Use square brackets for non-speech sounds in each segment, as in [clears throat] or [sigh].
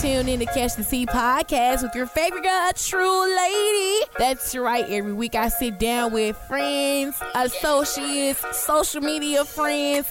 tune in to Catch the Tea podcast with your favorite girl, a true lady. That's right. Every week I sit down with friends, associates, social media friends,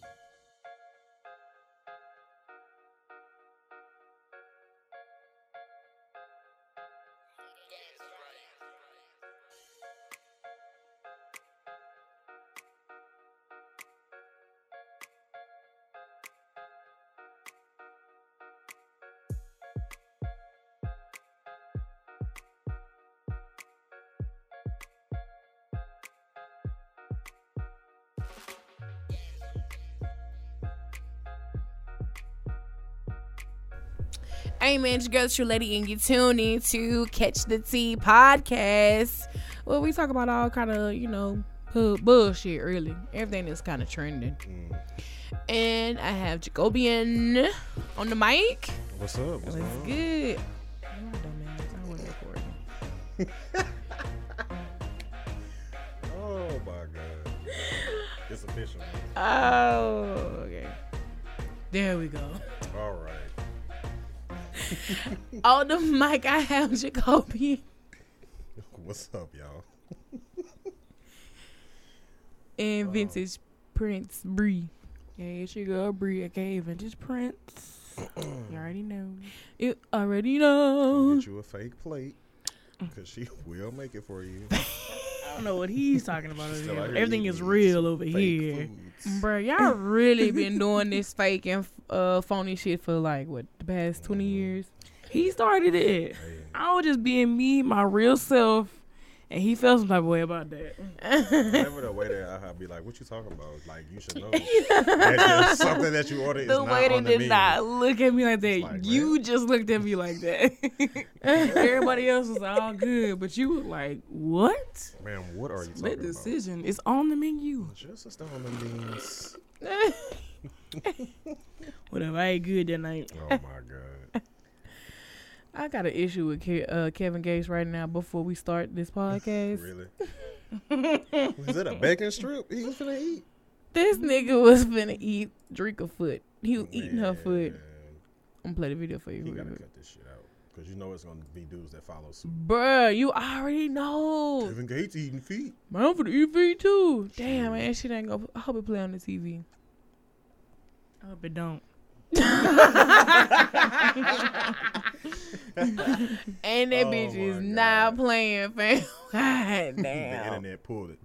Hey man, it's your girl, True Lady, and you tune in to Catch the Tea podcast. Well, we talk about all kind of you know bu- bullshit, really. Everything that's kind of trending. And I have Jacobian on the mic. What's up? What's It's going on? good. You're a dumbass. I wasn't recording. Oh my god. It's official. man. Oh, okay. There we [laughs] go. All right. [laughs] On the mic, I have Jacobian What's up, y'all? and Vintage Prince Bree. Yeah, it's your girl Bree. I can't even just Prince. You already know. You already know. Get you a fake plate. Cause she [laughs] will make it for you. I don't know what he's [laughs] talking about over still out here. here Everything is eating real over Fake here. foods. Bruh, y'all really been doing this fake and uh, phony shit for like what the past twenty years. He started it. Hey, I was just being me, my real self, and he felt some type of way about that. whenever the waiter at IHOP be like, "What you talking about?" Like you should know that there's something that you ordered is The not way they on the did menu. not look at me like that. like, you just looked at me like that. [laughs] Everybody else was all good, but you were like, what? Man, what are you talking That about? decision is on the menu. Just a stone and beans. Whatever, I ain't good that night. Oh my god. I got an issue with Ke- uh, Kevin Gates right now. Before we start this podcast, Really? Is that a bacon strip? He was gonna eat. this nigga was finna eat drink a foot. He was eating her foot. Man. I'm gonna play the video for you. You real gotta quick. cut this shit out because you know it's gonna be dudes that follow suit. Bruh, you already know. Kevin Gates eating feet. Man, I'm for the EV too. Damn, man, that shit ain't gonna. I hope it play on the TV. I hope it don't. And that Oh bitch is my not playing, fam. [laughs] [laughs] God The damn. internet pulled it.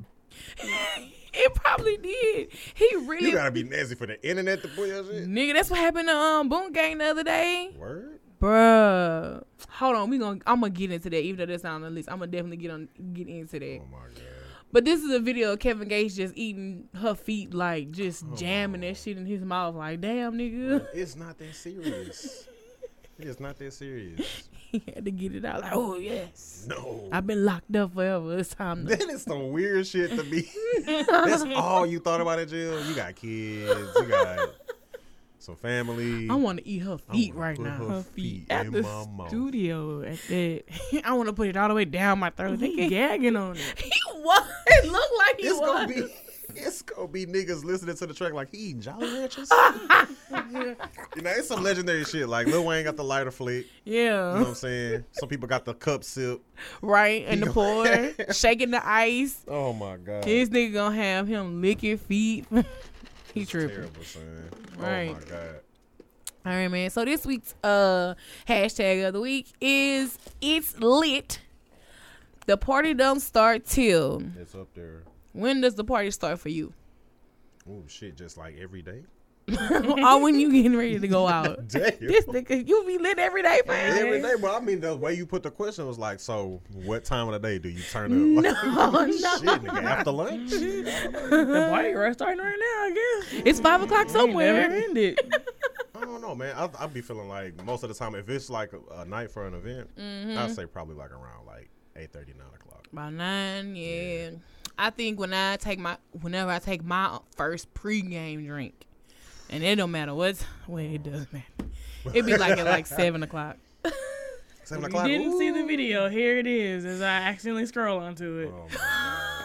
it probably did. He You really. gotta be nasty for the internet to pull your shit. Nigga, that's what happened to um Boom Gang the other day. Word. Bruh. Hold on, we gonna I'm gonna get into that, even though that's not on the list. I'm gonna definitely get on get into that. Oh my [laughs] god. But this is a video of Kevin Gates just eating her feet, like just Oh. jamming that shit in his mouth, like damn nigga. [laughs] It's not that serious. It's not that serious. he had to get it out, like, oh yes. No. [laughs] I've been locked up forever. It's time to Then it's some weird shit to be. That's all you thought about at jail. You got kids. You got some family. I wanna eat her I feet wanna right put now. Her Her feet feet in at the my mouth. studio at that. [laughs] I wanna put it all the way down my throat. He [laughs] Nigga, gagging on it. he was it looked like [laughs] he It's was gonna be [laughs] it's gonna be niggas listening to the track like he eating Jolly [laughs] Ranchers. you know, it's some legendary shit. Like Lil Wayne got the lighter flick. You know what Yeah. I'm saying? Some people got the cup sip. Right? And the He [laughs] pour, shaking the ice. Oh my god. This nigga gonna have him lick your feet. [laughs] he tripping. terrible, son. Oh my Right. god. All right, man. So this week's uh hashtag of the week is it's lit. The party don't start till. It's up there. When does the party start [laughs] for you? Oh shit, just like every [laughs] day. or when you getting ready to [laughs] go out? Damn. this nigga, you be lit every day, man. Every day, but I mean the way you put the question was like, so what time of the day do you turn up? No, Like, [laughs] no. shit, nigga, after lunch. [laughs] The party right starting right now, I guess. It's five o'clock Somewhere. somewhere. ended. I don't know know, man. I I be feeling like most of the time, if it's like a, a night for an event, Mm-hmm. I'd say probably like around like 8:30, 9 o'clock. By nine, yeah. I think when I take my whenever I take my first pregame drink, and it don't matter what's well, it does matter. It'd be like at like seven o'clock. Seven You o'clock. didn't ooh. see the video. Here it is as I accidentally scroll onto it. [laughs] Oh,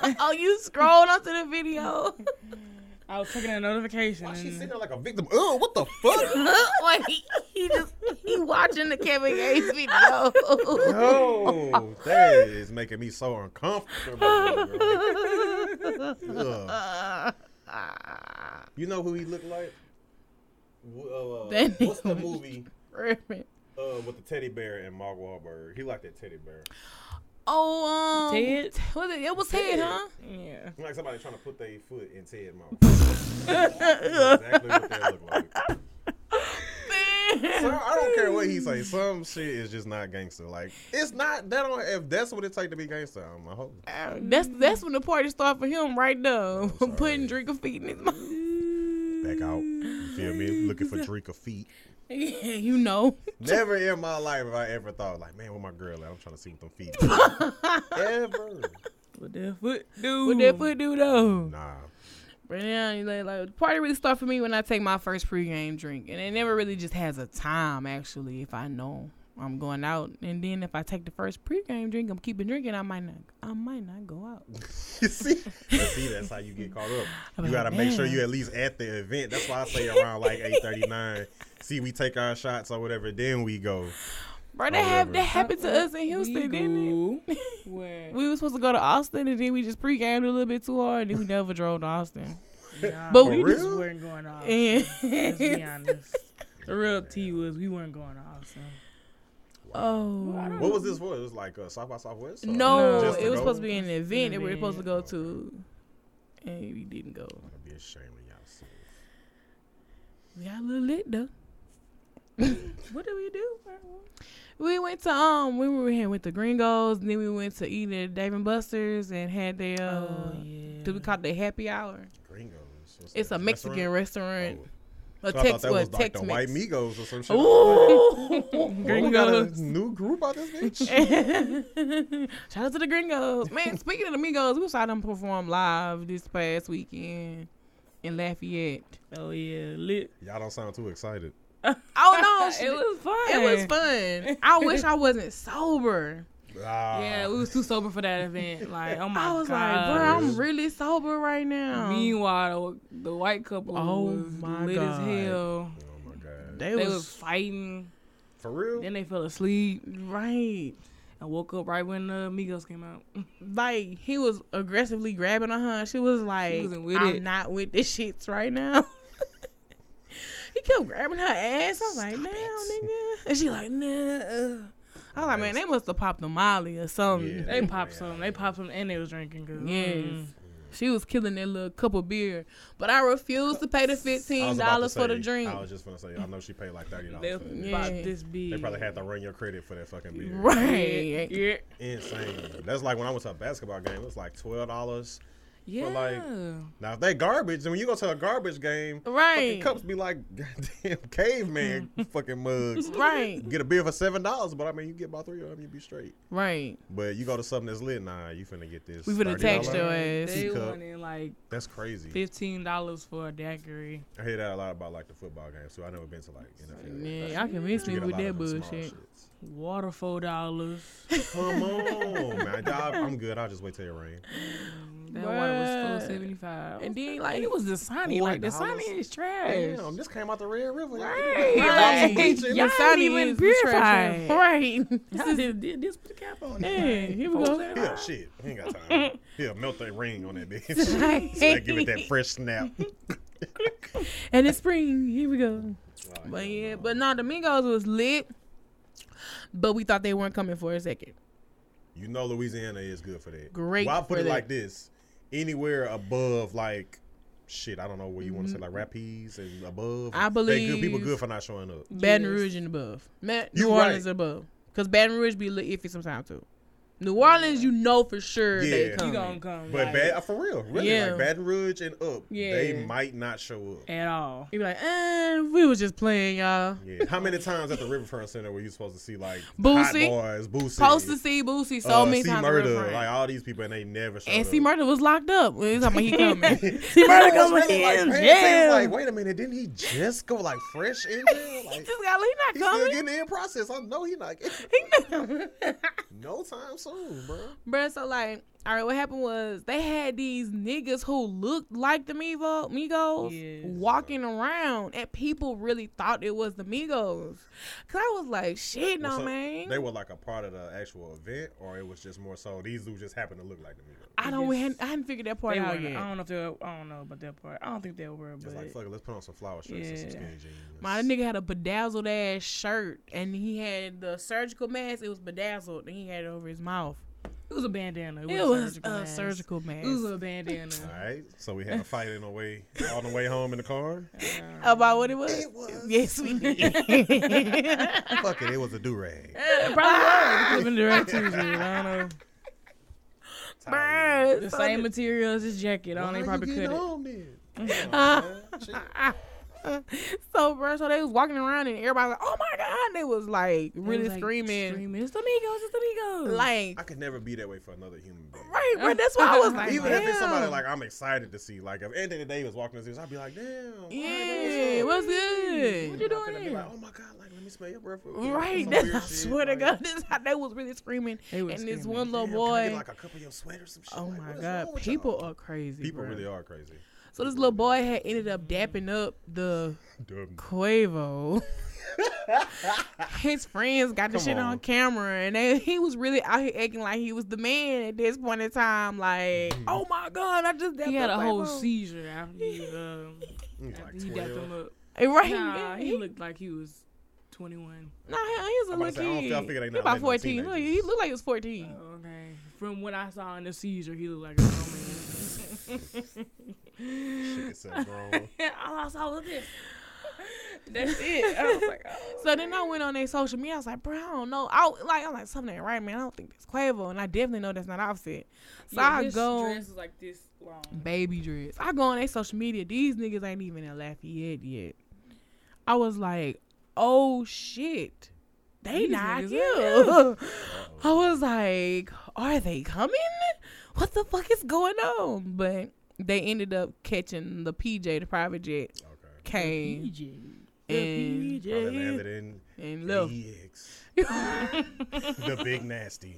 man. [laughs] oh, you scrolled onto the video. [laughs] I was checking a notification. Why she and- sitting there like a victim? Oh, what the [laughs] fuck? like he, he just he watching the Kevin Gates [laughs] video. Oh, that is making me so uncomfortable. girl. Ugh. You know who he looked like? Wh- uh, That what's the nigga. movie uh, with the teddy bear and Mark Wahlberg? He liked that teddy bear. oh, um, Ted? Was it, it was Ted, huh? yeah. Like somebody trying to put their foot in Ted's mouth. That's exactly what that looked like. Some- I don't care what he say. Some shit is just not gangster. Like it's not that. Don't, if that's what it take to be gangster, I'm a hoe. That's that's when the party started for him right there. sorry. [laughs] Putting drink of feet in [laughs] his mouth. Back out. You feel me? Looking for drink of feet. Yeah, you know. Never in my life have I ever thought like, man, where my girl at? I'm trying to see what them feet. do. ever? With that foot, dude. What that foot do though? Nah. Right now, you like, like the party really started for me when I take my first pregame drink, and it never really just has a time actually. If I know I'm going out, and then if I take the first pregame drink, I'm keeping drinking. I might not, I might not go out. [laughs] You see? You see, that's how you get caught up. I'm you like, gotta make sure "Damn." you at least at the event. That's why I say around like eight thirty nine. See, we take our shots or whatever, then we go. Bro, that, Oh, hap- whatever. that happened to us in Houston, didn't it? [laughs] Where? We were supposed to go to Austin, and then we just pre-gamed a little bit too hard, and then we never drove [laughs] to Austin. Nah, But For we real? just weren't going Oh. off. And Let's be honest. The real tea was we weren't going to Austin. oh What was this for? It was like uh, South by Southwest. or- no, Just to it was go? supposed to be an event that we were event. supposed to go to, and we didn't go. I'd be ashamed of y'all. see. We got a little lit though. What did we do? We went to um, we were here with the Gringos, and then we went to eat at Dave and Buster's and had their. Uh, Oh, yeah. Do we call it the happy hour? Gringos. What's It's that, a Mexican restaurant? Oh. restaurant. So A I thought Tex, that was what like Tex the White Mex? Migos or some shit. [laughs] Ooh, [laughs] Well, we got a Gringos. new group out this [laughs] bitch. shout out to the Gringos. Man, speaking of the Migos, we saw them perform live this past weekend in Lafayette. Oh yeah, lit. y'all don't sound too excited. Oh no, [laughs] she- it was fun. it was fun. I wish I wasn't sober. Ah. Yeah, we was too sober for that event. Like, [laughs] oh my I was like, god. bro, I'm Really? really sober right now. Meanwhile, the, the white couple Oh was my lit God. as hell. Oh my god. they, They was, was fighting. For real? Then they fell asleep. right. I woke up right when the Migos came out. Like he was aggressively grabbing on her. and She was like, wasn't with "I'm it. not with this shits right now." [laughs] he kept grabbing her ass. I was like, "Damn, nigga," and she like, "Nah." I was like, "Man, they must have popped a Molly or something." Yeah. They popped some. They popped some, and they was drinking. Cause, Yes. mm. She was killing that little cup of beer, but I refused to pay the I fifteen was about to dollars for the say- drink. I was just gonna say, I know she paid like thirty They dollars was for that. bitch. Yeah. about this big. They probably had to run your credit for that fucking beer. Yeah, Right. yeah. Insane. That's like when I went to a basketball game. It was like twelve dollars. yeah. like, Now if they garbage, then when you go to a garbage game, fucking Right. cups be like [laughs] goddamn [laughs] caveman fucking mugs. Right. Get a beer for seven dollars, but I mean you get about three of them, you be straight. Right. But you go to something that's lit, nah, you finna get this. We finna $30 tax your they ass. Teacup. wanted like That's crazy. fifteen dollars for a daiquiri. I hear that a lot about like the football games too. I never been to like NFL. Man, games. y'all convinced You me get a with lot that of them small bullshit. shits. Water four dollars. Come on, man. I, I'm good. I'll just wait till it rain. That water was Bruh. four seventy five. And then like it was Dasani. Four Like dollars? Dasani is trash. Damn, this came out the Red River. Y'all [laughs] Right. get Right. some bitch in Y'all this- ain't Dasani even is the trash. purified. Right. Y'all did, did this put the cap on. Hey, here we go. Yeah, shit. He ain't got [laughs] time. He'll melt that ring on that bitch. [laughs] He'll give it that fresh [laughs] snap. and it's spring. Here we go. But yeah, but no, Domingos was lit. But we thought they weren't coming for a second. You know Louisiana is good for that. Great Well, I put for it that. like this: anywhere above, like shit, I don't know what you want to say, like rapids and above. Mm-hmm. I they good people believe- good for not showing up. Baton Yes. Rouge and above. Ma- You New Orleans right. above. Because Baton Rouge be a little iffy sometimes too. New Orleans, you know for sure they Yeah. You coming. gonna come? But like, bad for real, really. Yeah. Like Baton Rouge and up, Yeah. they might not show up. at all? You be like, eh, we was just playing, y'all. Yeah. How many times at the Riverfront Center were you supposed to see like Boosie. Hot Boys, Boosie, Supposed to see Boosie so uh, many C times. Murder, Riverfront. like all these people, and they never showed and up. C Murder was locked up. We talking [laughs] about he [laughs] coming. See, Murder I was coming really, like, in paying attention, jail. Like, wait a minute, didn't he just go like fresh in there? [laughs] he Like, just got, he he's not still coming. getting in process. I know he not getting He not- [laughs] no time soon, bro. Bruh, so like, all right, what happened was they had these niggas who looked like the Mivo, Migos Yes. walking around, and people really thought it was the Migos. Cause I was like, shit, no, Well, so man. They were like a part of the actual event, or it was just more so these dudes just happened to look like the Migos. I don't, They hadn't- just- I hadn't figured that part They out were, yet. I don't know if they were, I don't know about that part. I don't think they were, It's but like fuck it, let's put on some flower shirts and some Yeah. skinny jeans. My nigga had a bedazzled ass shirt, and he had the surgical mask. It was bedazzled, and he had it over his mouth. it was a bandana. It was a a mask. surgical mask. It was a bandana. All right, so we had a fight in the way on the way home in the car. About what it was? [laughs] was. Yes, [laughs] we did. Fuck it, it was a do rag. It probably was. It could have been direct to it. I don't know. Bruh, The so same material as his jacket on. They probably could have. [laughs] So, bro, so they was walking around and everybody was like, oh my God. They was like really screaming. screaming. It's the Migos. It's the Migos. Like, I could never be that way for another human being. right, bro. That's why I was like, Even if it's somebody damn. like I'm excited to see, like if Anthony Davis walking in the I'd be like, "Oh, damn. why they yeah, doing what's so? good? What you I'm doing finna be here? Like, oh my god, like let me smell your breath. real quick. Right, Some [laughs] that's weird I shit, swear to like, God, [laughs] this how they was really screaming, They was and this one screaming. little "Damn, can I get, boy. like a cup of your sweat or some shit. Oh Like, my what is God, wrong with y'all? people are crazy. people bruh. really are crazy. [laughs] So this little boy had ended up dapping up the Dumb. [laughs] Quavo. His friends got the Come shit on. on. camera, and they, he was really out here acting like he was the man at this point in time. Like, Mm-hmm. oh my god, I just dapped He had a up whole Quavo." seizure after [laughs] he, um, He's after like he got 12. them up. Right? Nah, Nah, he looked like he was 21. nah, he, he was a I'm about to say, I little don't kid. feel- I figure they he not about letting no fourteen. Look, he teenagers. Oh. looked like he was Uh. fourteen. Okay. From what I saw in the seizure, he looked like a grown Shit, [laughs] it's so grown. man. [laughs] All I saw was this. That's it. I was like, oh. So then I went on their social media. I was like, bro, I don't know. I was- like, I'm like, something ain't right, man. I don't think that's Quavo, and I definitely know that's not Offset. So I his go. dress was like this long. baby dress. I go on their social media. These niggas ain't even in Lafayette yet. I was like, oh shit, they These not [laughs] niggas here. I was like, are they coming? What the fuck is going on? But they ended up catching the PJ, the private jet Okay. came PJ. And- Probably The PJ. landed in and left. [laughs] EX. the big nasty.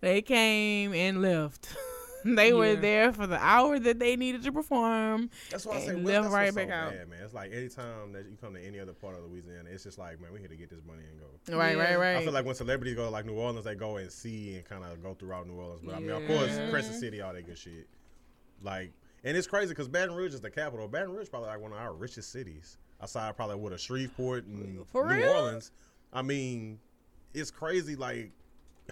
They came and left. [laughs] They were Yeah. there for the hour that they needed to perform. That's why I say And West, left that's right what's back so out. bad, man. It's like anytime that you come to any other part of Louisiana, it's just like, man, we here to get this money and go. Right, Yeah. right, right. I feel like when celebrities go to like New Orleans, they go and see and kind of go throughout New Orleans. But I mean, of course, Yeah. Crescent City, all that good shit. Like, and it's crazy because Baton Rouge is the capital. Baton Rouge probably like one of our richest cities. Aside probably what a Shreveport and For New real? Orleans. I mean, it's crazy like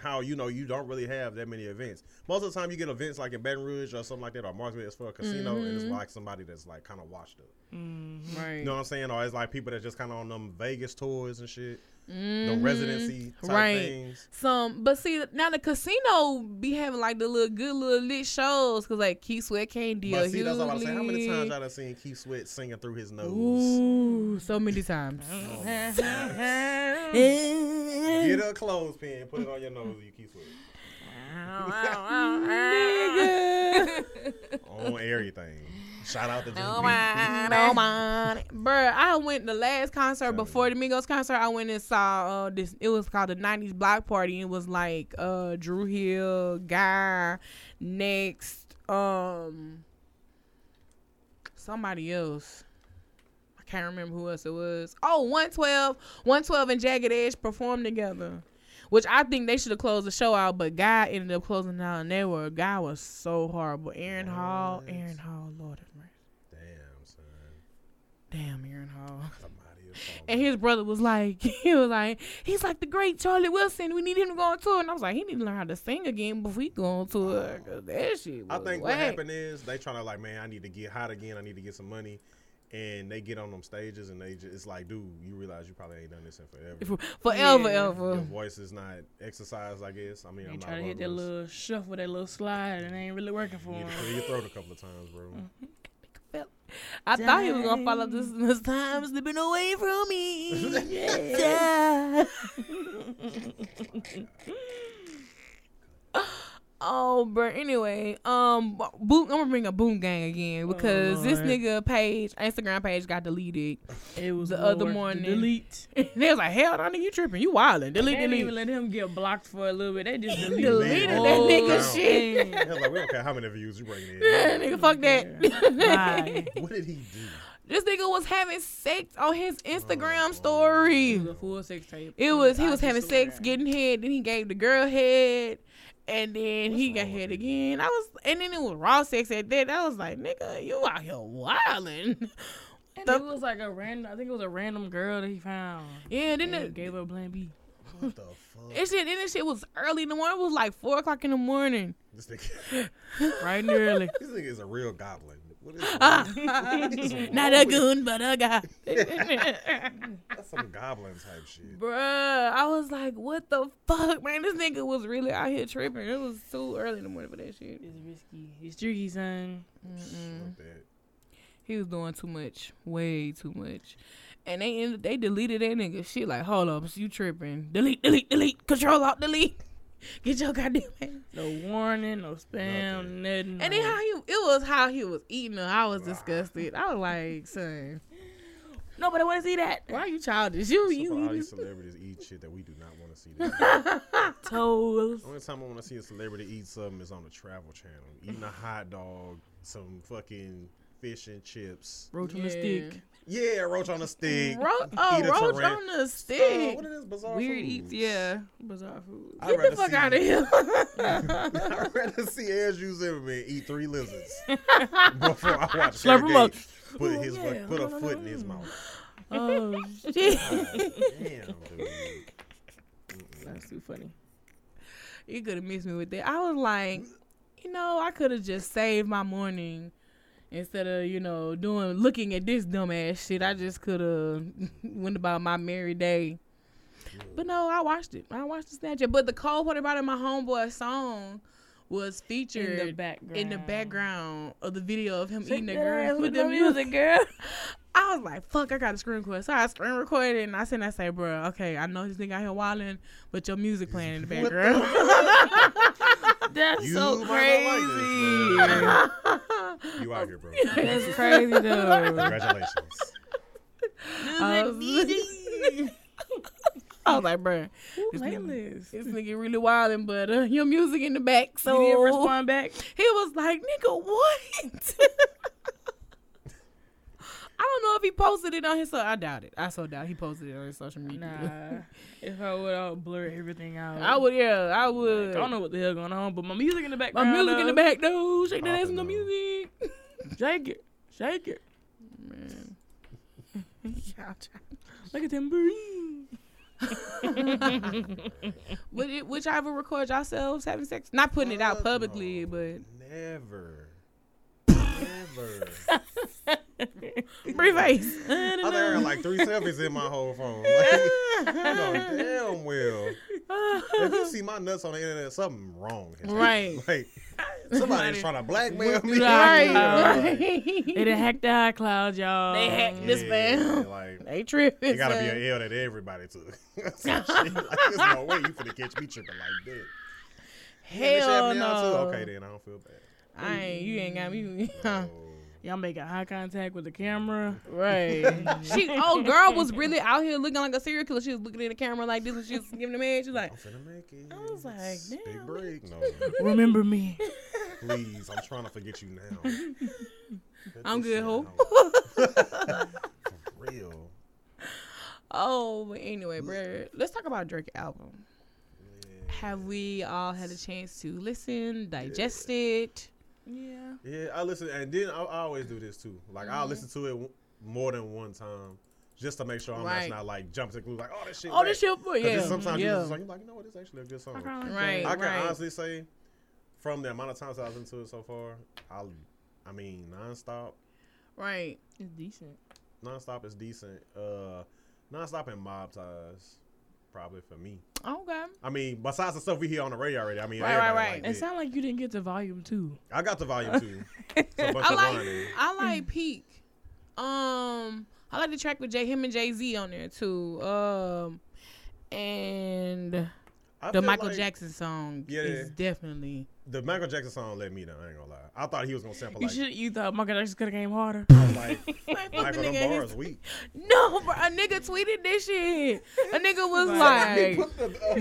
how you know you don't really have that many events. Most of the time, you get events like in Baton Rouge or something like that, or Marksville it's for a casino, and Mm-hmm. it's like somebody that's like kind of washed up. right. You know what I'm saying? Or it's like people that's just kind of on them Vegas tours and shit, Mm-hmm. the residency type Right. things. Some, but see now the casino be having like the little good little lit shows because like Keith Sweat can't deal. But see, that's all I'm saying. How many times Hughley. y'all done seen Keith Sweat singing through his nose? Ooh, so many times. Get a clothespin, put it on your nose, you Keith Sweat. on everything. Shout out to Oh, GP. Nobody. Bruh, I went the last concert before the Migos concert. I went and saw uh, this. It was called the '90s Block Party. It was like uh, Drew Hill, Guy, next, um, somebody else. I can't remember who else it was. Oh, 112, 112 and Jagged Edge performed together. Which I think they should have closed the show out, but Guy ended up closing it out, and they were Guy was so horrible. Aaron Hall, What? Aaron Hall, Lord have mercy. Damn, son. Damn, Aaron Hall. Somebody is And falling. his brother was like, [laughs] he was like, he's like the great Charlie Wilson. We need him to go on tour. And I was like, he need to learn how to sing again before he go on tour. Cause that shit. Oh. I was think what whack. happened is they trying to like, man, I need to get hot again. I need to get some money. and they get on them stages and they just it's like, dude, you realize you probably ain't done this in forever. For- Forever, Your Yeah. ever. voice is not exercised, I guess. I mean, They I'm try to not hit that vocalist. little shuffle, that little slide, and it ain't really working for You him. need to clear your throat a couple of times, bro. I thought he was gonna follow this this time slipping away [laughs] from me. Yeah. [laughs] oh, but anyway, um, boom. I'm gonna bring up Boom Gang Oh, again because this Lord. nigga page, Instagram page, got deleted. It was The Lord, other morning. Delete. [laughs] they was like, "Hell, no, nigga, you tripping? You wildin'? They Delete, didn't delete." [laughs] even let him get blocked for a little bit. They just deleted, Deleted the that whole nigga shit. thing. Hell, like, we don't care how many views you bring Yeah, in. nigga, fuck that. Why? what did he do? [laughs] this nigga was having sex on his Instagram story. It was a full sex [laughs] tape. It was he was having sex, Instagram. getting head, then he gave the girl head, and then he got head again. I was, and then it was raw sex at that. I was like, nigga, you out here wilding. And the- it was like a random. I think it was a random girl that he found. [laughs] Yeah, then [laughs] And the, gave her plan B. What the fuck? it shit, then this shit was early in the morning. It was like four o'clock in the [laughs] morning. [laughs] This nigga, [laughs] Right and early. this nigga is a real goblin. What is Uh, Not a goon, but a guy. [laughs] That's some goblin type shit. Bruh, I was like, what the fuck, man? This nigga was really out here tripping. It was too early in the morning for that shit. It's risky. It's tricky, son. Fuck that. He was doing too much, way too much. And they ended, they deleted that nigga shit. Like, hold up, you tripping? Delete, delete, delete. Control alt, delete. Get your goddamn. ass. No warning, no spam, nothing. And then how he, it was how he was eating her. I was disgusted. I was like, son, nobody want to see that. Why you childish? You, So for you, all you. these celebrities eat shit that we do not want to [laughs] see. The toes. only time I want to see a celebrity eat something is on the Travel Channel, eating a hot dog, some fucking fish and chips. Roach on Yeah. the stick. Yeah, roach on a stick. Ro- oh, Eat a roach tarant- on the Oh, stick. what is this bizarre Weird food? eats, yeah. Bizarre food. I'd Get rather the fuck see- out of here. [laughs] I'd rather see Andrew Zimmerman eat three [laughs] lizards before I watch Slurp 'em up. Sergey put Ooh, his yeah. put a foot in his mouth. [laughs] Oh, [laughs] Shit. Damn, dude. that's too funny. you could have missed me with that. I was like, you know, I could have just saved my morning instead of you know doing looking at this dumbass shit. I just could have [laughs] went about my merry day. But no, I watched it. I watched the Snapchat. But the cold part about it, my homeboy song was featured In the background. in the background of the video of him Sit eating the there girl with the music, girl. [laughs] I was like, fuck, I got a screen record. So I screen recorded and I sent I say, bro, okay, I know this nigga out here wilding, but your music playing in the What the background. [laughs] That's You so might crazy. not like this, bro. You out here, bro. [laughs] [laughs] That's crazy though. Congratulations. I was, Um, [laughs] I was like, bro, this nigga, Playlist. this nigga really wilding, but uh, your music in the back. So You didn't respond back. He was like, nigga, what? [laughs] I don't know if he posted it on his. So I doubt it. I so doubt he posted it on his social media. [laughs] Nah. if I would, I would blur everything out. I would, yeah, I I would. don't know what the hell going on, but my music in the My background. music in the though. back though. Shake that ass in the Popping, though. music. Shake it. Shake it. Man. Like a tambourine. [laughs] Would it would y'all ever record yourselves having sex? Not putting it out Fuck publicly, no. but [laughs] never. Never. brief face. I think I got like three selfies in my whole phone. [laughs] Like, you know damn well. [laughs] If you see my nuts on the internet, something wrong. has happened. Right. [laughs] Like somebody's trying to blackmail me. [laughs] Right. Right. [laughs] It done hacked the iCloud, y'all. They hacked Yeah, this man. Like They tripping. it gotta be son. an L that everybody took. [laughs] Some shit. Like there's no way you finna catch me tripping like that. This shit [laughs] hell happened to y'all, no. too? Okay then, I don't feel bad. I ain't. You ain't got me. [laughs] Oh, Y'all making eye contact with the camera. [laughs] Right. she old girl was really out here looking like a serial killer. She was looking at the camera like this when she was giving the man. She was like, I'm finna make it. I was like, It's a damn, Big break. No, Remember me. please. I'm trying to forget you now. Cut [laughs] I'm this good, shit ho. out. [laughs] For real. Oh, but anyway, bruh. Let's talk about Drake album. Yeah. Have we all had a chance to listen, digest it? Yeah. Yeah, I listen, and then I, I always do this too. Like Mm-hmm. I'll listen to it w- more than one time, just to make sure I'm just Right. not like jumping to glue, like oh this shit. Oh, this whack." shit for 'Cause yeah. it's Sometimes you yeah. just like you're like you know what, it's actually a good song. I Right. can honestly say, from the amount of times I've listened to it so far, I, I mean nonstop, right. It's decent. Nonstop is decent. Uh, Nonstop and Mob Ties, probably for me. Okay. I mean, besides the stuff we hear on the radio already, I mean, Right, right, everybody right. liked It it. sounds like you didn't get to volume two. I got the volume [laughs] two. It's a bunch I of like whining. I like Peak. Um, I like the track with Jay, him and Jay Z on there too. Um, and I the feel Michael like Jackson song Yeah. is definitely. The Michael Jackson song let me down. I ain't gonna lie. I thought he was gonna sample You like, should. You thought Michael Jackson could have came [laughs] harder. like Like, fuck [laughs] the Michael them nigga, his- bars weak. No, bro, a nigga tweeted this shit. [laughs] A nigga was He [laughs] like, put the, uh,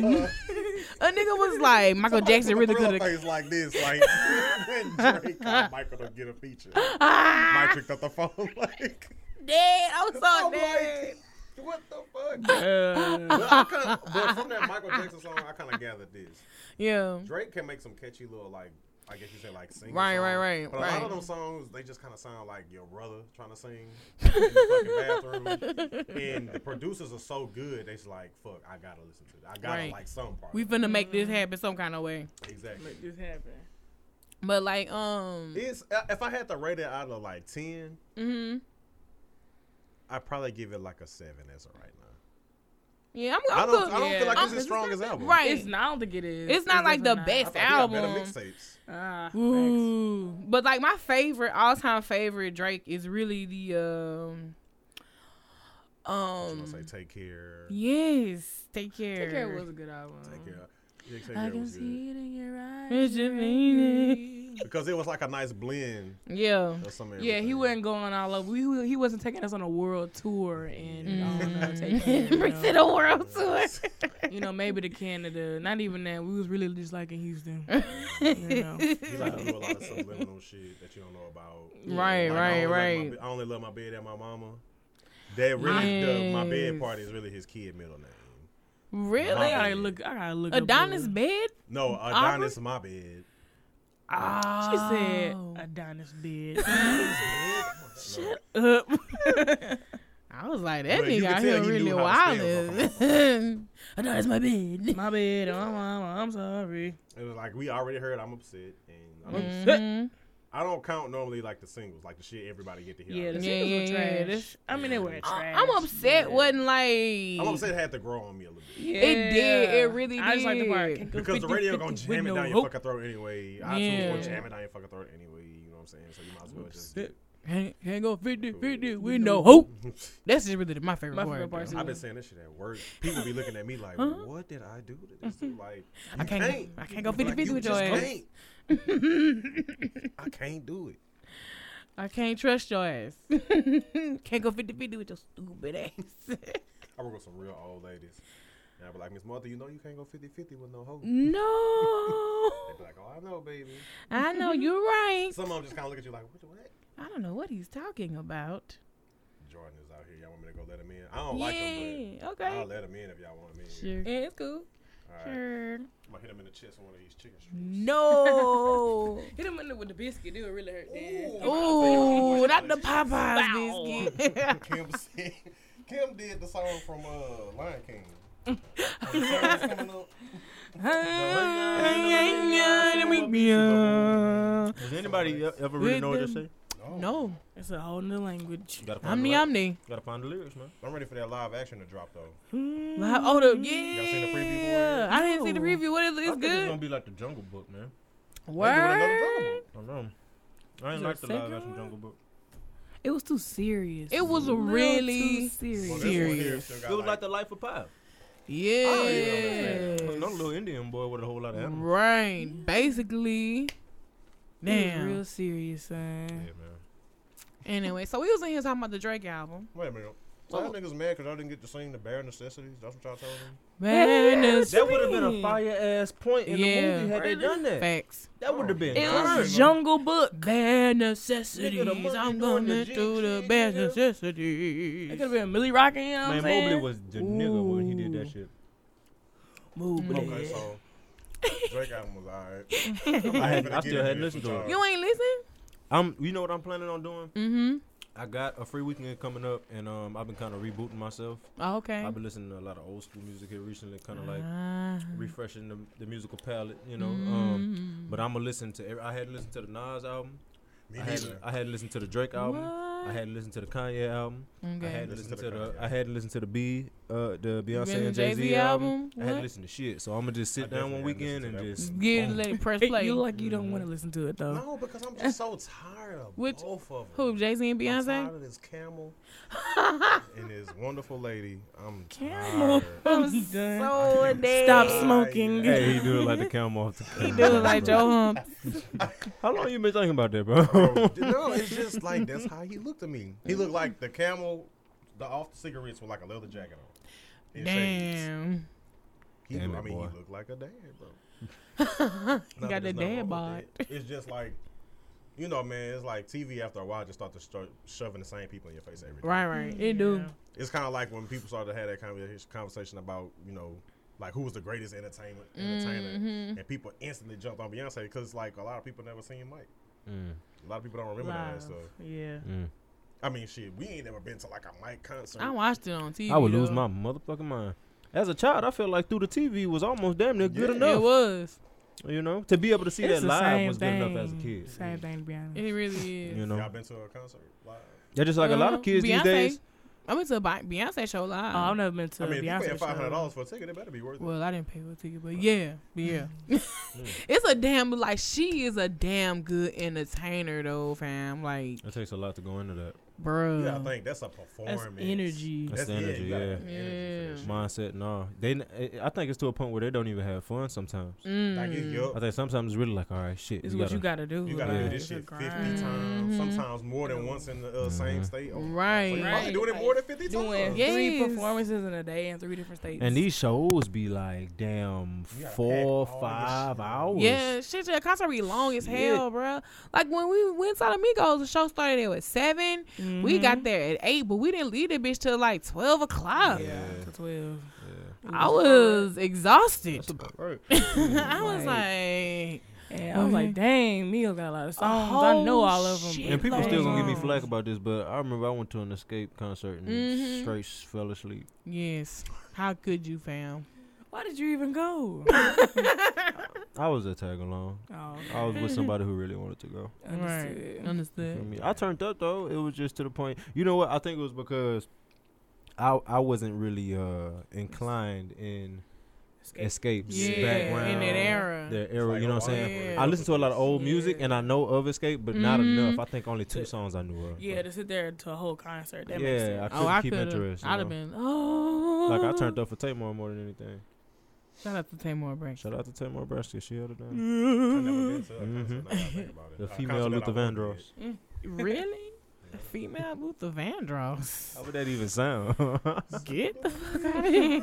a [laughs] nigga was like, Michael Jackson put the really could [laughs] have. face like this, like [laughs] when Drake called Michael to get a feature. Mike picked up the phone [laughs] like, Ah, Dead, I'm so I'm dead. like, what the fuck? Uh, But, [laughs] I kinda, but from that Michael Jackson song, I kind of gathered this. yeah. Drake can make some catchy little like I guess you say like sing. Right, right, right, But a lot right. of them songs they just kind of sound like your brother trying to sing in the fucking bathroom. And the producers are so good, they just like fuck. I gotta listen to it. I gotta Right. like some part. We finna make Mm. this happen some kind of way. exactly. This happen. But like, um, It's uh, if I had to rate it out of like ten, hmm I'd probably give it like a seven as of right now. yeah, I'm, I'm I don't. good. I don't feel like Yeah. it's his strongest album. Right. It's not, I don't think it is. It's not like the definitely I best thought he had better album. mixtapes. not. Ah, facts. Ooh, Mm. but like my favorite all time favorite Drake is really the um I'm um gonna say take care. yes, take care. Take Care was a good album. Take care. Yeah, Take care was good. it in your eyes. It's just mean Because it was like a nice blend it. Yeah. of some. of Yeah, he everything. wasn't going all over. He, he wasn't taking us on a world tour and um, Mm. [laughs] taking, you, Bring to know, the world [laughs] tour. you know maybe to Canada. Not even that. We was really just like [laughs] in Houston. You know. He like to do a lot of subliminal shit that you don't know about. Right, Like, I right, only love my be- right. I only love my bed and my mama. That really, the, my bed Yes. part is really his kid middle name. I Really? Mama. gotta look. I gotta look. up [laughs] Adonis the- bed? No, Adonis, my bed. Oh. She said Adonis bed. [laughs] Shit. Up. I was like, that But you nigga could tell out here he really knew how to [laughs] wildin'. Adonis my bed. My bed. Oh, mama, I'm sorry. It was like we already heard. I'm upset, and I'm upset. Mhm. I don't count normally like the singles, like the shit everybody get to hear. Yeah, the Yeah, singles were yeah, yeah. trash. I mean, they were trash. I'm upset. Wasn't like I'm upset it had to grow on me a little bit It did. It Yeah. really I just like the part. [laughs] did. "Can't go because the 50, radio 50 gonna with jam it no down your hope." fucking throat anyway. iTunes Yeah. gonna jam it down your fucking throat anyway. You know what I'm saying? So you might as well just. do Can't, can't go 50 50 with no no hope. it. That's just really my favorite My part. favorite part [laughs] though. I've been saying that shit at work. People be looking at me like, "What did I do to this?" dude?" Like, I you can't go- I can't go Like, 50-50 you with just your ass. can't. I can't do it. I can't trust your [laughs] ass. can't go 50 50 with your stupid ass. I work with some real old ladies, and I be like, "Miss Martha, you know you can't go 50-50 with no hoe." They no. be like, "Oh, I know, baby." [laughs] I know you're right. Some of them just kind of look at you like, "What? the What?" I don't know what he's talking about. Jordan is out here. Y'all want me to go let him in? I don't yeah. like him, but I'll okay. let him in if y'all want me. Sure. Yeah, it's cool. All right. Sure. I'm gonna hit him in the chest with one of these chicken strips. No. Hit him in the, with the biscuit. It would really hurt. [laughs] [laughs] Dad. Ooh, not the Wow. Popeyes biscuit. Kim said, [laughs] Kim did the song from uh, Lion King. [laughs] When the song was coming up, Does anybody e- ever With really know what they're them- saying? [laughs] no, It's a whole new language. Gotta find, the, Omni lyrics. Omni. gotta find the lyrics, man. I'm ready for that live action to drop though. Live, oh, the, yeah. Y'all seen the preview for it? I didn't see the No. preview. What is it? I It's think It's good. gonna be like the Jungle Book, man. They doing another Word. drama. I don't know. I Is didn't there like a the live second action one? Jungle Book. It was too serious. It was a little really too serious. Well, this one Serious. here still got, It was like- like the life of Pi. Oh, Yeah. Another little Indian boy with a whole Mm. lot of animals. Right. Basically. It was Damn. real serious, son. Anyway, so we was in here talking about the Drake album. Wait a minute. So y'all niggas mad because I didn't get to sing the bare necessities? That's what y'all told me? [laughs] Man, That would have been a fire ass point in Yeah. the movie had they done that. Facts. That would have been. It was nice. Jungle Book. Bare necessities. monkey I'm doing the gonna jig do the jig, bare nigga. It necessities. could have been Millie Rocking. You know what I'm Man, saying? Mobley was the nigga when he did Ooh. that shit. Mobley. Okay, so Drake album was [laughs] alright. I, had, I still hadn't listened to it. You ain't listen? I'm, you know what I'm planning on doing? Mm. Mm-hmm. I got a free weekend coming up, and um, I've been kind of rebooting myself. Oh, okay. I've been listening to a lot of old school music here recently, kind of like Ah. refreshing the, the musical palette, you know. Um, Mm-hmm. but I'm gonna listen to. every- I had listened to the Nas album. Me I had, neither. I had listened to the Drake album. I had to listen to the Kanye album. I Okay. had to listen to the I had to listen to the B uh the Beyonce Beyonce and Jay Z Jay-Z album. album? I had to What? listen to shit. So I'm gonna just sit I down one definitely weekend had and to just listen Get boom. let it press Hey, play. [laughs] You look like you don't want to listen to it though. No, because I'm [laughs] just so tired of Which- both of them. Who? Jay Z and I'm Beyonce? tired of this [laughs] camel and this wonderful lady. I'm Camel. tired. I'm done. So dead. Stop Hey. smoking. Hey. he do it like the [laughs] camel off the He do it like Joe Hump. How long you been thinking about that, [laughs] bro? Bro, no, it's just like that's how he looked at me. He looked like the camel, the off the cigarettes with like a leather jacket on. And shades. Damn. He, Damn I it, mean, boy. he looked like a dad, [laughs] bro. He Nah, got but the it's nothing dad wrong bod. with it. It's just like, you know, man. It's like TV. After a while, just start to start shoving the same people in your face every day. Right, right. It do. It's kind of like when people started to have that conversation, conversation about, you know, like who was the greatest entertainment entertainer, Mm-hmm. Mm. and people instantly jumped on Beyonce because like a lot of people never seen Mike. Mm, A lot of people don't remember that Live. stuff. Yeah. mm. I mean, shit, we ain't never been to like a Mike concert. I watched it on TV. I would lose though. my motherfucking mind. As a child, I felt like through the TV was almost damn near good Yeah. It enough. was. You know, to be able to see It's that the live same was thing. good enough as a kid. Same thing to be honest. It really is. You know, Y'all been to a concert live? they're just like a lot Uh, of kids Beyonce. these days. I went to a Bi- Beyonce show live. Oh, I've never been to I mean, if a Beyonce you paying five hundred show. dollars for a ticket, it better be worth it. Well, I didn't pay for a ticket, but yeah, but yeah. Mm. [laughs] it's a damn like she is a damn good entertainer though, fam. Like, It takes a lot to go into that bruh. yeah, I think that's a performance. That's energy. Mm. That's the energy, you gotta yeah. have energy Mm-hmm. for that mindset. and all. they, n- eh, I- I think it's to a point where they don't even have fun sometimes. shit. Like Mm. Mm. it's your- I think sometimes it's really like, all right, shit. It's we what you gotta- gotta do. You gotta Yeah. do like, this it's a shit fifty grind. times, sometimes more than once in the uh, Mm-hmm. same state. Oh, Right. So you Right. probably doing it more than fifty Doing times. Yeah. three Yes. performances in a day in three different states. And these shows be like, damn, You gotta four, pack all this five shit. hours. Yeah, shit, the concert be long as Shit. hell, bruh. Like when we went to Amigos, the show started at at seven. Mm. Mm-hmm. We got there at eight, but we didn't leave the bitch till like twelve o'clock. yeah, to twelve. Yeah. I was exhausted. That's about right. I was like, And I was like, dang, Mio got a lot of songs. I whole know all of them. shit And people Like, still gonna give me songs. flack about this, but I remember I went to an escape concert and Mhm. Mm-hmm. straight fell asleep. yes, how could you, fam? Why did you even [laughs] go? I was a tag along. oh, I was with [laughs] somebody who really wanted to go. understood. Right, understood. I, mean, I turned up though. It was just to the point. You know what? I think it was because I I wasn't really uh inclined in Escape. escapes Yeah, background. in that era. Their era, Like, you know what I'm oh, saying? yeah. I listened to a lot of old music Yeah. and I know of escape, but not Mhm. enough. I think only two songs I knew of. Yeah, but- to sit there to a whole concert. That makes yeah, sense. I couldn't keep coulda- interest. you Oh, I'd have know? been. Oh, Like [laughs] I turned up for Tamar more than anything. Shout out to Tamar Braxton. Shout out to Tamar Braxton. She held it Mm. down. I never been to a concert. Mhm. now that I think about it. The A concert female that I Luther wanted to Vandross. Really? Female Luther Vandross. How [laughs] would that [laughs] even sound? Get the fuck out of here.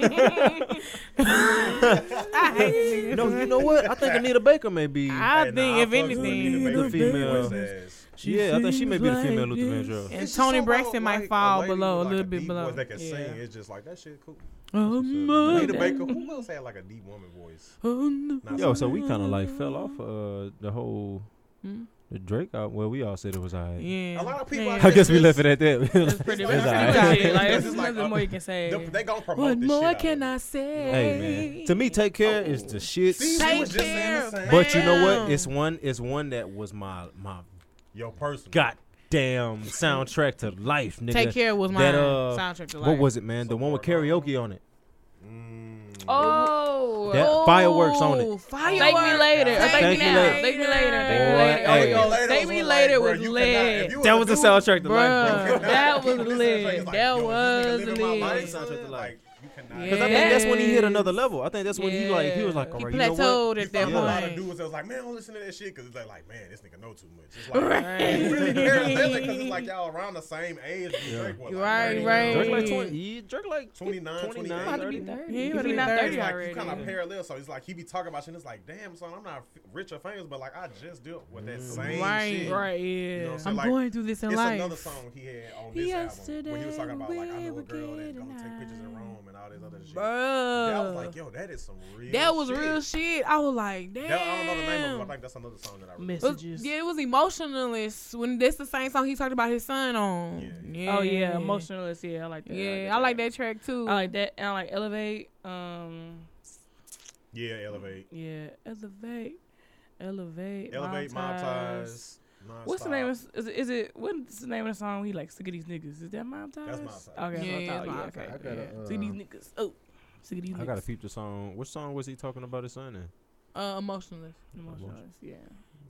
I hate you. [laughs] no, [laughs] you know what? I think Anita Baker may be. I Hey, nah, think, uh, I if fucks with Anita anything, Baker. The female- Voice ass. She, yeah, I think she may be the female Luther Vandross. and It's just Tony something Braxton about, might like, fall lady below a with, like, little bit deep below. Voice that can Yeah. sing. It's just like that shit cool. Um, Anita that- Baker. Who else had like a deep woman voice? um, Not Yo, Summer so we Rae. kind of like fell off uh the whole Mm-hmm. Hmm? the Drake out. Well, we all said it was alright. A Yeah. lot of people Yeah. out I guess we It's- left it at [laughs] that. That's pretty It's much it. all right. Like, It's there's just like, [laughs] nothing more you can say. They, they gonna promote What this more shit can out I of say? [laughs] hey man, to me, take oh. care is the shit. it. See, we Take was just saying the care, same. But you know what? Damn. It's one. It's one that was my my Your person. goddamn soundtrack to life, nigga. Take care was my That, uh, soundtrack to life. What was it, man? the So one with far gone. karaoke on it. Mm. Oh, That fireworks on it. Fireworks. thank me later. Or Thank thank you me now. later. Thank me later. Boy, Thank oh, hey. me later. Thank me later was was like, bruh, you cannot- lit. if you That was the a dude- soundtrack to life. Bruh, Bruh, [laughs] that was [laughs] you listen to this, lit. it's like, That yo, was this nigga living my lit. life, soundtrack to life. You cannot- Because I think that's when he hit another level. I think that's when he like he was like, He alright, you know what? plateaued at You that find a lot point. of dudes that was like, man, I don't listen to that shit because they're like, man, this nigga know too much. It's like, you really because it's like y'all around the same age. as Drake was, like, Right, 30, right. Drake like Yeah. twenty. yeah, Drake like 29, 28. 29, 30. Yeah, He he be not not 30 It's like you already. kind of parallel, so it's like he be talking about shit. And it's like, damn, son, I'm not f- rich or famous, but like I just dealt with that same Right, shit. right. You know Yeah. what I'm saying? I'm Like, going through this in It's life. another song he had on this album when he was talking about like I know a girl that gonna take pictures in Rome and all this other shit. Yeah, I was like, yo, that is some real. that was shit. real shit. I was like, damn. That, I don't know the name of it. but I think that's another song that I really Miss- It was- Messages. yeah, it was emotionless. When that's the same song he talked about his son on. Yeah. Yeah. Oh yeah, emotionalist. Yeah, I like that. Yeah, I like that track too. I like that. And I like elevate. Um, Yeah, elevate, yeah, elevate, elevate, elevate, mob ties. What's the nonstop. name? Of, is, it- is it what's the name of the song? He like sick of these niggas. Is that Mob Ties? That's Mob Ties. Okay, Yeah, yeah, it's Mob okay. Ties. I gotta, yeah. sick of uh, these niggas. Oh, sick of these niggas. I gotta peep the song. What song was he talking about his son in? Uh, emotionless. Emotional, Yeah.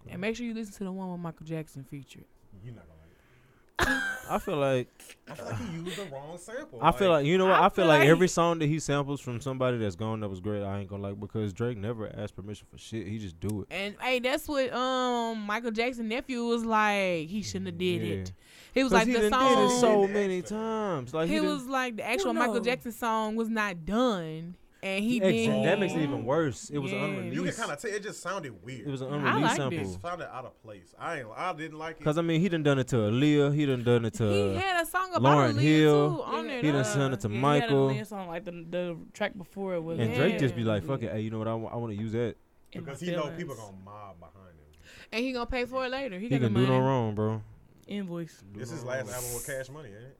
And make sure you listen to the one with Michael Jackson featured. You're not gonna like it. I feel like I feel like you used the wrong sample. I feel like you know what I, feel like, like- every song that he samples from somebody that's gone that was great I ain't gonna like because Drake never asked permission for shit. He just do it. And hey, that's what um Michael Jackson nephew was like. He shouldn't have did Yeah. it. He was 'Cause like he the done song. did it so song- many times. Like he, he, done- was like the actual Well, Michael no. Jackson song was not done, and he Ex- did. that makes it even worse. It was Yeah. an unreleased. you can kind of tell it just sounded weird. it was an I unreleased liked it. sample. It sounded out of place. I ain't. I didn't like it. Cause I mean, he done done it to Aaliyah. He done done it to. He had a song about Lauren Aaliyah Hill. too on there. He though. done sent it to Yeah, He Michael. had a song like the, the track before it was. And Drake just be Yeah. like, "Fuck it, hey, you know what? I want to use that. In my because he know people feelings. gonna mob behind him. and he gonna pay for it later. He, He got can the do no money. wrong, bro." [laughs] invoice. This oh. is last album with Cash Money, ain't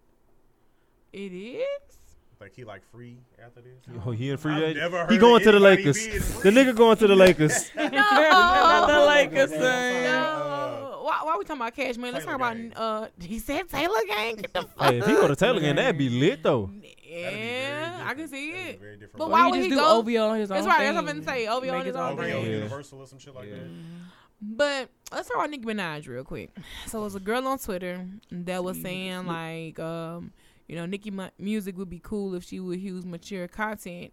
it? It [laughs] is. Like he like free after this. Oh, he in free I've agent. never He heard going to the anybody Lakers. being The nigga going to [laughs] the Lakers. [laughs] Not the [laughs] Lakers, No, son. why, why we talking about cash money? Let's Taylor talk about Gang. uh. He said Taylor Gang. Get [laughs] the fuck. hey, if he go to Taylor game, that'd be lit though. That'd be very Yeah, I can different. see That'd be it. Very different. But vibe. why he would just he do go- OVO on his own. That's right. That's what I'm thing. gonna say. OVO Make on his his own own Over brand. Yeah. Universal or some shit like Yeah. that. But let's talk about Nicki Minaj real quick. So it was a girl on Twitter that was saying like, um, you know, Nicki Mi- music would be cool if she would use mature content,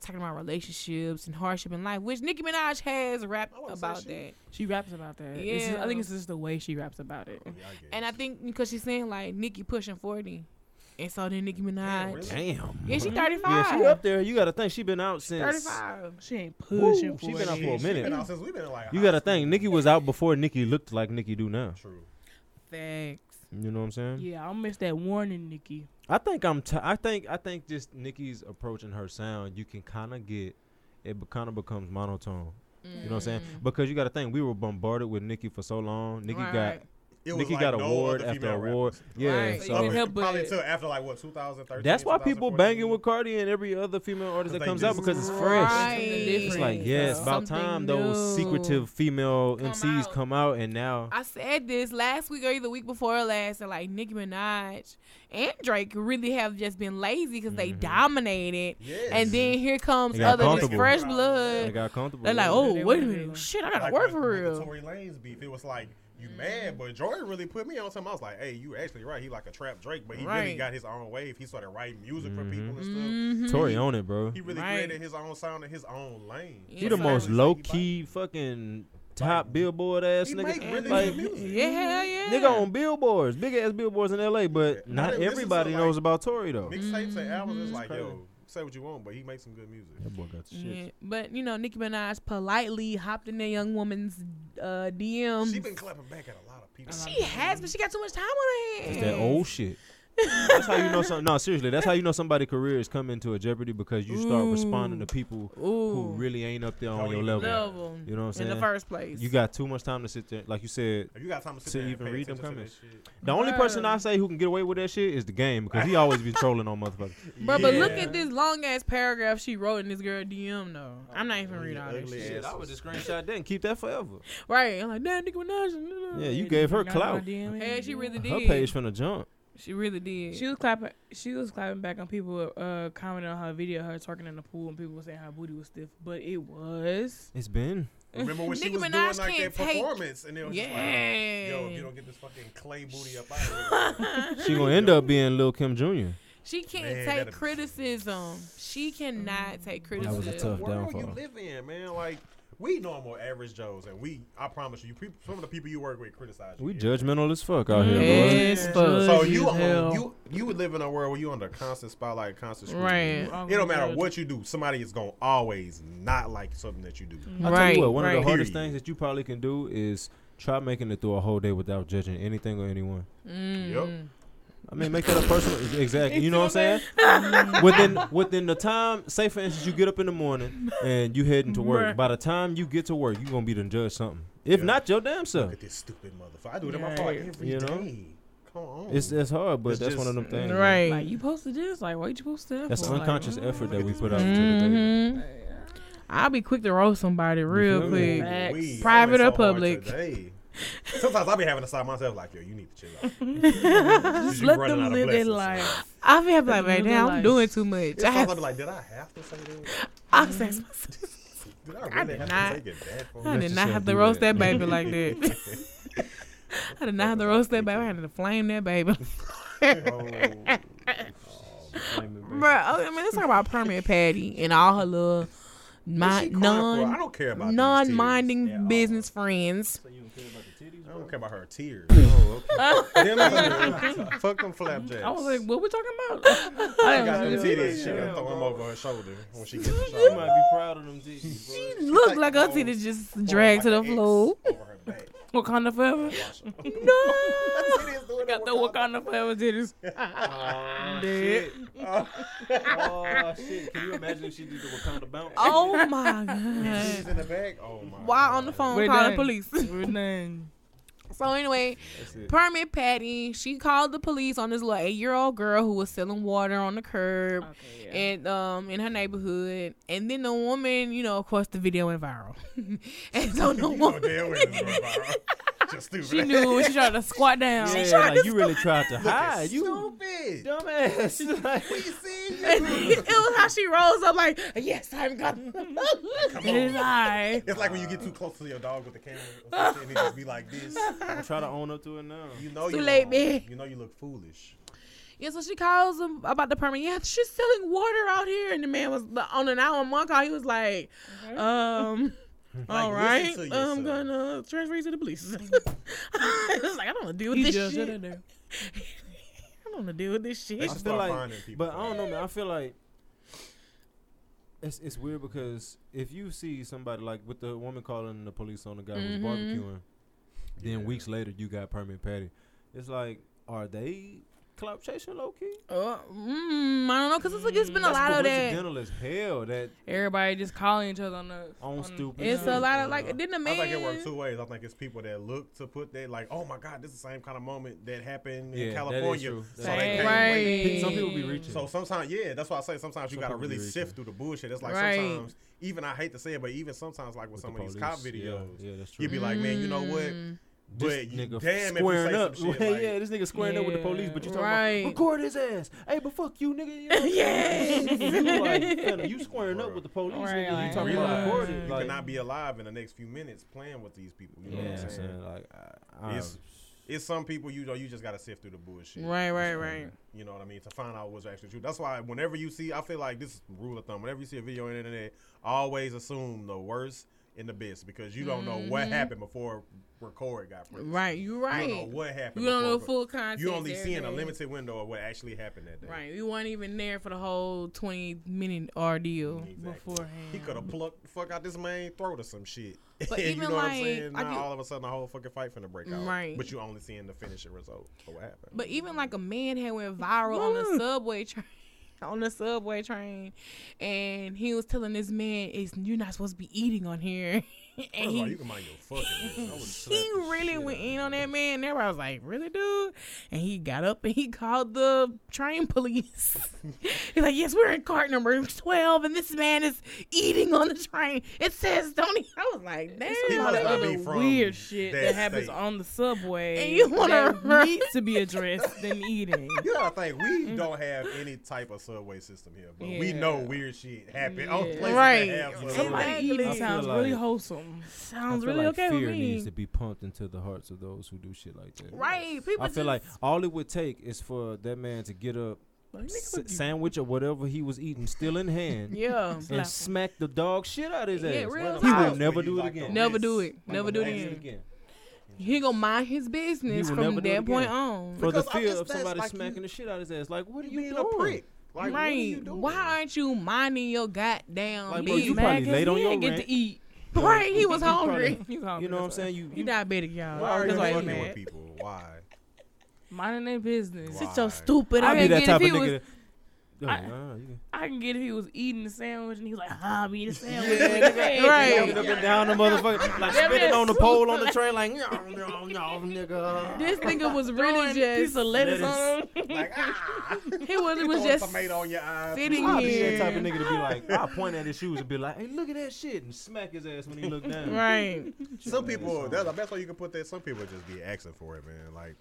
talking about relationships and hardship in life, which Nicki Minaj has rapped I wouldn't say about she- that. She raps about that. Yeah. I Yeah. think it's just the way she raps about it. Yeah, I guess. And I think because she's saying like Nicki pushing forty, and so then Nicki Minaj, Damn, really? Damn. yeah, she thirty Yeah, five. she up there. You gotta think she been out since. thirty five. She ain't pushing Woo, for she been it. out for a She been minute. out since we been in like. You high gotta school. think. Nikki was out before Nikki looked like Nikki do now. True. Thanks. You know what I'm saying? Yeah, I'll miss that warning, Nikki. I think I'm. T- I think I think just Nikki's approach and her sound, you can kind of get. It be- kind of becomes monotone. You know what I'm saying? Mm. Because you got to think, we were bombarded with Nikki for so long. Nikki got It was Nikki like got no award other after female award. rappers. Yeah, Right, so you so can help probably but- till after like what 2013. that's why people 2014. banging with Cardi and every other female Cause artist that they comes out just- because it's fresh. Right. It's like Different. yeah, it's about Something time those new. secretive female MCs out. come out and now. I said this last week or either week before last that like Nicki Minaj and Drake really have just been lazy because they Mhm. dominated, Yes. and then here comes They got other just comfortable. fresh they blood. got comfortable. They're like, yeah. oh They wait a wanna minute, do. shit, I gotta Like, work with- for with the real. Mm-hmm. Tory Lanez beef. It was like you mad, but Jordan really put me on something. I was like, hey, you actually right. He like a trap Drake, but he really Right. got his own wave. He started writing music for Mhm. people and stuff. Mhm. Tory on it, bro. He really Right. created his own sound in his own lane. He He Yeah, the so most He low like- key fucking top billboard ass He nigga. make really Like, good music. Yeah, hell yeah. Nigga on billboards, big ass billboards in LA, Yeah. but I not didn't listen everybody to, knows like, about Tory though. Mixtapes and albums is like, Mm-hmm. Crazy. yo, say what you want, but he makes some good music. That boy got the shit. Yeah, but you know Nicki Minaj politely hopped in that young woman's uh, DMs. She been clapping back at a lot of people. She has, but she got too much time on her hands. It's that old shit. that's how you know some no, seriously, that's how you know somebody's career is coming to a jeopardy because you start responding to people who Ooh, really ain't up there Don't on your even level. level You know what I'm in the saying? first place. You got too much time to sit there. Like you said, If you got time to sit To there and even pay read them attention to that shit. the only person I say who can get away with that shit is the game because he always be trolling on motherfuckers. [laughs] But but look Yeah. at this long ass paragraph she wrote in this girl DM though. I'm not even reading all this Ugly shit. ass. just [laughs] screenshot that and keep that forever. Right? I'm like, damn, Nicki Minaj. Yeah, you gave her Not clout. my DM. Hey, she really Her did. page from the jump. She really did. She was clapping. She was clapping back on people uh, commenting on her video, her twerking in the pool, and people were saying her booty was stiff, but it was. [laughs] It's been. Remember when she Nicki was doing Minaj like that can't take- performance, and it was just like, yeah. yo, if you don't get this fucking clay booty up out of here. She gonna end up being Lil Kim Jr. she can't Man, that'd take be- criticism. She cannot take That criticism. was a tough world you downfall. live in, man? Like we normal average Joes, and we, I promise you, people, some of the people you work with criticize you. We yeah. judgmental as fuck out here, Yeah. boy. Yes, Yeah. fuck So you, you, hell. on, you, you would live in a world where you under constant spotlight, constant scrutiny. Right. It don't matter what you do, somebody is gonna always not like something that you do. I tell Right, you what, one of right. the hardest Period. things that you probably can do is try making it through a whole day without judging anything or anyone. Mm. I mean, make that a personal. Exactly. You know what I'm saying? within within the time, say for instance, you get up in the morning and you heading to work. Right. By the time you get to work, you gonna be done judge something. If Yeah. not your damn self, Look at this stupid motherfucker. I do it in my phone Yeah. every day. You know? Come on. it's it's hard, but It's that's one of just- them things. Right. Like you posted this. Like why you posted that? That's for? Like, unconscious mm, effort that we put out into the day. hmm I'll be quick to roast somebody real feel quick. me? Ooh-wee, I Facts. went Private or so hard public. today. [laughs] Sometimes I be having to stop myself like, yo, you need to chill out. 'Cause Just you let running out them of live their blessings. life. I feel like Live right their now I'm life. doing too much. I Sometimes I have be like, did I have to say this? I said- Did I really did have not. to take it that far? I [laughs] Let did not yourself have to do roast that. that baby like that. [laughs] I did not have to roast that baby. I had to flame that baby. Bro, I mean, let's talk about permanent Patty and all her little What my, Oh, she crying for? I non don't care about these non tears. minding business friends. I don't care about her tears. Oh, okay. them either. Fuck them flapjacks. I was like, what we talking about? She I [laughs] didn't got them know. titties. She gonna throw them over her shoulder when she gets the shower. be proud of them titties. She looked like her titties just dragged to the floor. Over her back. [laughs] Wakanda forever. Wash her. No, Titties doing that The Wakanda. Wakanda forever titties. [laughs] Oh shit! Oh shit! Can you imagine if she did the Wakanda bounce? oh [laughs] my She's god. in the back. Oh my. Why on the God. phone We're calling done. police? [laughs] We're done. so anyway, That's it. Permit Patty, she called the police on this little eight year old girl who was selling water on the curb Oh, Okay, and um in her neighborhood. And then the woman, you know, of course the video went viral. [laughs] and so [laughs] You the know woman damn well it's going [laughs] viral. Just stupid. [laughs] She knew when she tried to squat down. Yeah, like you really tried to hide. You stupid. dumbass. [laughs] Like, We see and you. [laughs] it was how she rolls up like, Yes, I've got [laughs] Come It is on. I. It's like when you get too close to your dog with the camera, or something, he just be like [laughs] this. I'm trying to own up to it now. You know Too you late, wrong. man. You know you look foolish. [laughs] Yeah, so she calls him about the permit. Yeah, she's selling water out here. And the man was the, on an hour one call, he was like, [laughs] um, all right, listen to yourself. I'm gonna transfer you to the police. [laughs] I was like, I don't wanna deal with He this just shit. in there. I don't wanna deal with this They shit. I should feel start like- finding people. But I don't know, man. I feel like it's it's weird because if you see somebody like with the woman calling the police on the guy who's Mhm. barbecuing, then Yeah. weeks later you got permit patty. It's like, are they clout chasing low key? Uh, mm, I don't know, cause it's like it's been a That's lot of that. coincidental as hell. That Everybody just calling each other on the On stupid It's a Yeah. lot of like. Then the I man. think it works two ways. I think it's people that look to put that like, oh my God, this is the same kind of moment that happened Yeah, that in is California. true. So That's they true. can't Right. wait. Hey. some people be reaching. So sometimes, yeah, that's why I say sometimes you Some gotta people be really reaching. sift through the bullshit. It's like Right. sometimes, even I hate to say it, but even sometimes like with, with the some of these police. cop Yeah, videos, Yeah, that's true. you be like, man, you know what? Mm, This But you, nigga damn, if you squaring say up. [laughs] some shit, yeah, like- yeah, this nigga squaring up with the police, but you talking Right. about record his ass. Hey, but fuck you, nigga. [laughs] You know? Yes. like, fella, you squaring up with the police, Right, nigga. like, you talking about realize recording. you like, could not be alive in the next few minutes playing with these people. You know yeah, what I'm saying? Like, I, I, It's- It's some people you know you just gotta sift through the bullshit. Right, right, right. You know what I mean? To find out what's actually true. That's why whenever you see, I feel like this is the rule of thumb. Whenever you see a video on the internet, always assume the worst and the best because you don't know what happened before record got put. Mm-hmm. Right, you You don't right. know what happened. You don't before know record- full content. You only seeing a everything. limited window of what actually happened that day. Right, you weren't even there for the whole twenty minute ordeal. Exactly. beforehand. He could have plucked the fuck out this man throat or some shit. [laughs] But you even know what I'm like, saying? I Now get- all of a sudden the whole fucking fight finna break out. Right. But you only seeing the finishing result of what happened. But even like a man had went viral on Mm. the subway [laughs] train. On the subway train, and he was telling this man, "It's you're not supposed to be eating on here." [laughs] and First of all, he, you can mind your fucking [laughs] business. I would've slapped he the shit really out went of in you. on that man. And everybody was like, "Really, dude?" And he got up and he called the train police. [laughs] He's like, "Yes, we're in cart number twelve, and this man is eating on the train. It says don't." Eat. I was like, "Damn." He There's a must lot of not be other from weird shit that that, happens state. on the subway And you wanna- [laughs] that needs to be addressed than eating. You gotta think we don't have any type of subway system here, but we know Yeah. weird shit happen. on Yeah. places that Right. have subway. Somebody eating I feel sounds really like- wholesome. I Sounds feel really like okay fear with needs me. to be pumped into the hearts of those who do shit like that. Right? People. I feel just- like all it would take is for that man to get up, s- sandwich or whatever he was eating still in hand, [laughs] yeah. and smack the dog shit out of his Yeah, ass. real He talk. will never do it Like the again. Never wrist, do it. like Never the do it wrist. again. He gonna mind his business He will from never do it that point again. on. For the Because I fear just- of that's somebody like smacking you- the shit out of his ass. Like, what are You you, being a doing? prick. Like, what are you right? doing? Why aren't you minding your goddamn Like, bro, you business? probably late on he your ain't get rent. to eat. right? He [laughs] you- was you probably- hungry. [laughs] You, hungry, You know what I'm that's why. saying? You, He you diabetic, y'all. Why are you That's why he fucking mad. with people? Why? Minding their business. Why? Stupid. I I be didn't that get type if of he was. nigga. Yeah, I- nah, you can- I can get if he was eating the sandwich and he was like, "Ah, [laughs] I'm eating a sandwich." Yeah, Right. Jumping up [laughs] and down the motherfucker, like Damn spinning near on the swooped pole on the train, like "Yum, yum, yum, nigga. This [laughs] nigga was Throwing really a piece just of lettuce, on him. [laughs] Like, ah. he [laughs] was it Throwing was just tomato on your eyes. sitting I'll be that here. type of nigga to be like, I'll point at his shoes and be like, hey, look at that shit, and smack his ass when he looked [laughs] down. Right. Some people, that's, that's why you can put that. Some people just be asking for it, man. Like,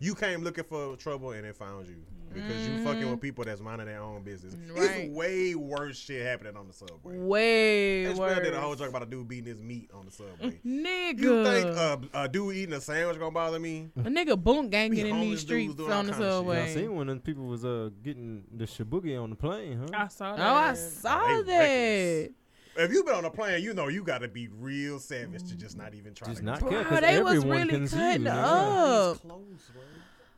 you came looking for trouble and it found you because you fucking with people that's minding their own business. Mm. Right. It's way worse shit happening on the subway. Way It's worse. did a whole joke about a dude beating his meat on the [laughs] subway. Nigga. you think uh, a dude eating a sandwich gonna bother me? a nigga boom ganging We in these homeless dudes streets doing on the all kinds of shit. I subway. seen when them people was uh getting the shabugi on the plane, huh? I saw that. Oh, I saw Oh, they that. reckless. If you've been on a plane, you know you got to be real savage to just not even try Just to. not Bro, care because they was everyone really can see you, cutting nigga. up.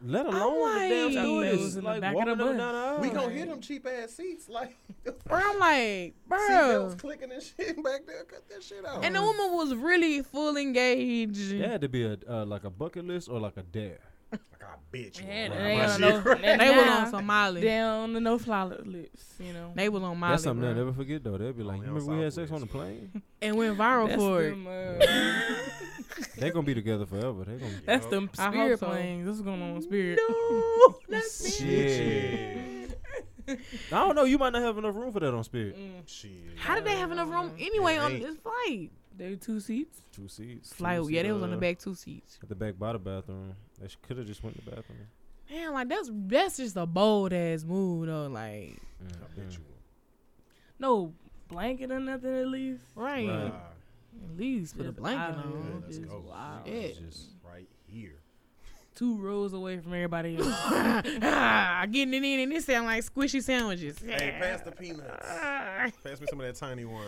Let alone the like- damn was stewardess, in the like back of walking the up bus. and down the aisle. We gonna hit them cheap ass seats like [laughs] Bro, I'm like, bro. seatbelts clicking and shit [laughs] back there. Cut that shit out. And the woman was really full engaged. That had to be a uh, like a bucket list or like a dare. like I bitch. Yeah, Like, they my don't shit [laughs] know. right. They They was on was on some Molly. down the no fly lips, you know. They was on Molly. That's something bro. they'll never forget though. They'll be like, Only you on remember we had Southwest. sex on [laughs] the plane? and went viral That's for it. them, uh, they gonna be together forever. They [laughs] gonna that's them I hope spirit so. planes. This is going on with spirit. No, that's me. shit. [laughs] I don't know. You might not have enough room for that on Spirit. Shit. How did they have enough room anyway on Right. this flight? They two seats. Two seats. two Flight, yeah, seat, they was on the uh, back two seats. At the back by the bathroom. They could have just went to the bathroom. Man, like that's that's just a bold ass move though. Like, I bet you will. No blanket or nothing at least. right? Right. Ah, At least put a Just blanket out on. here, let's just go. wild. Yeah. It's just- right here. Two rows away from [laughs] everybody else. ah, getting it in, and it sound like squishy sandwiches. Hey, pass the peanuts. Pass me some of that tiny wine.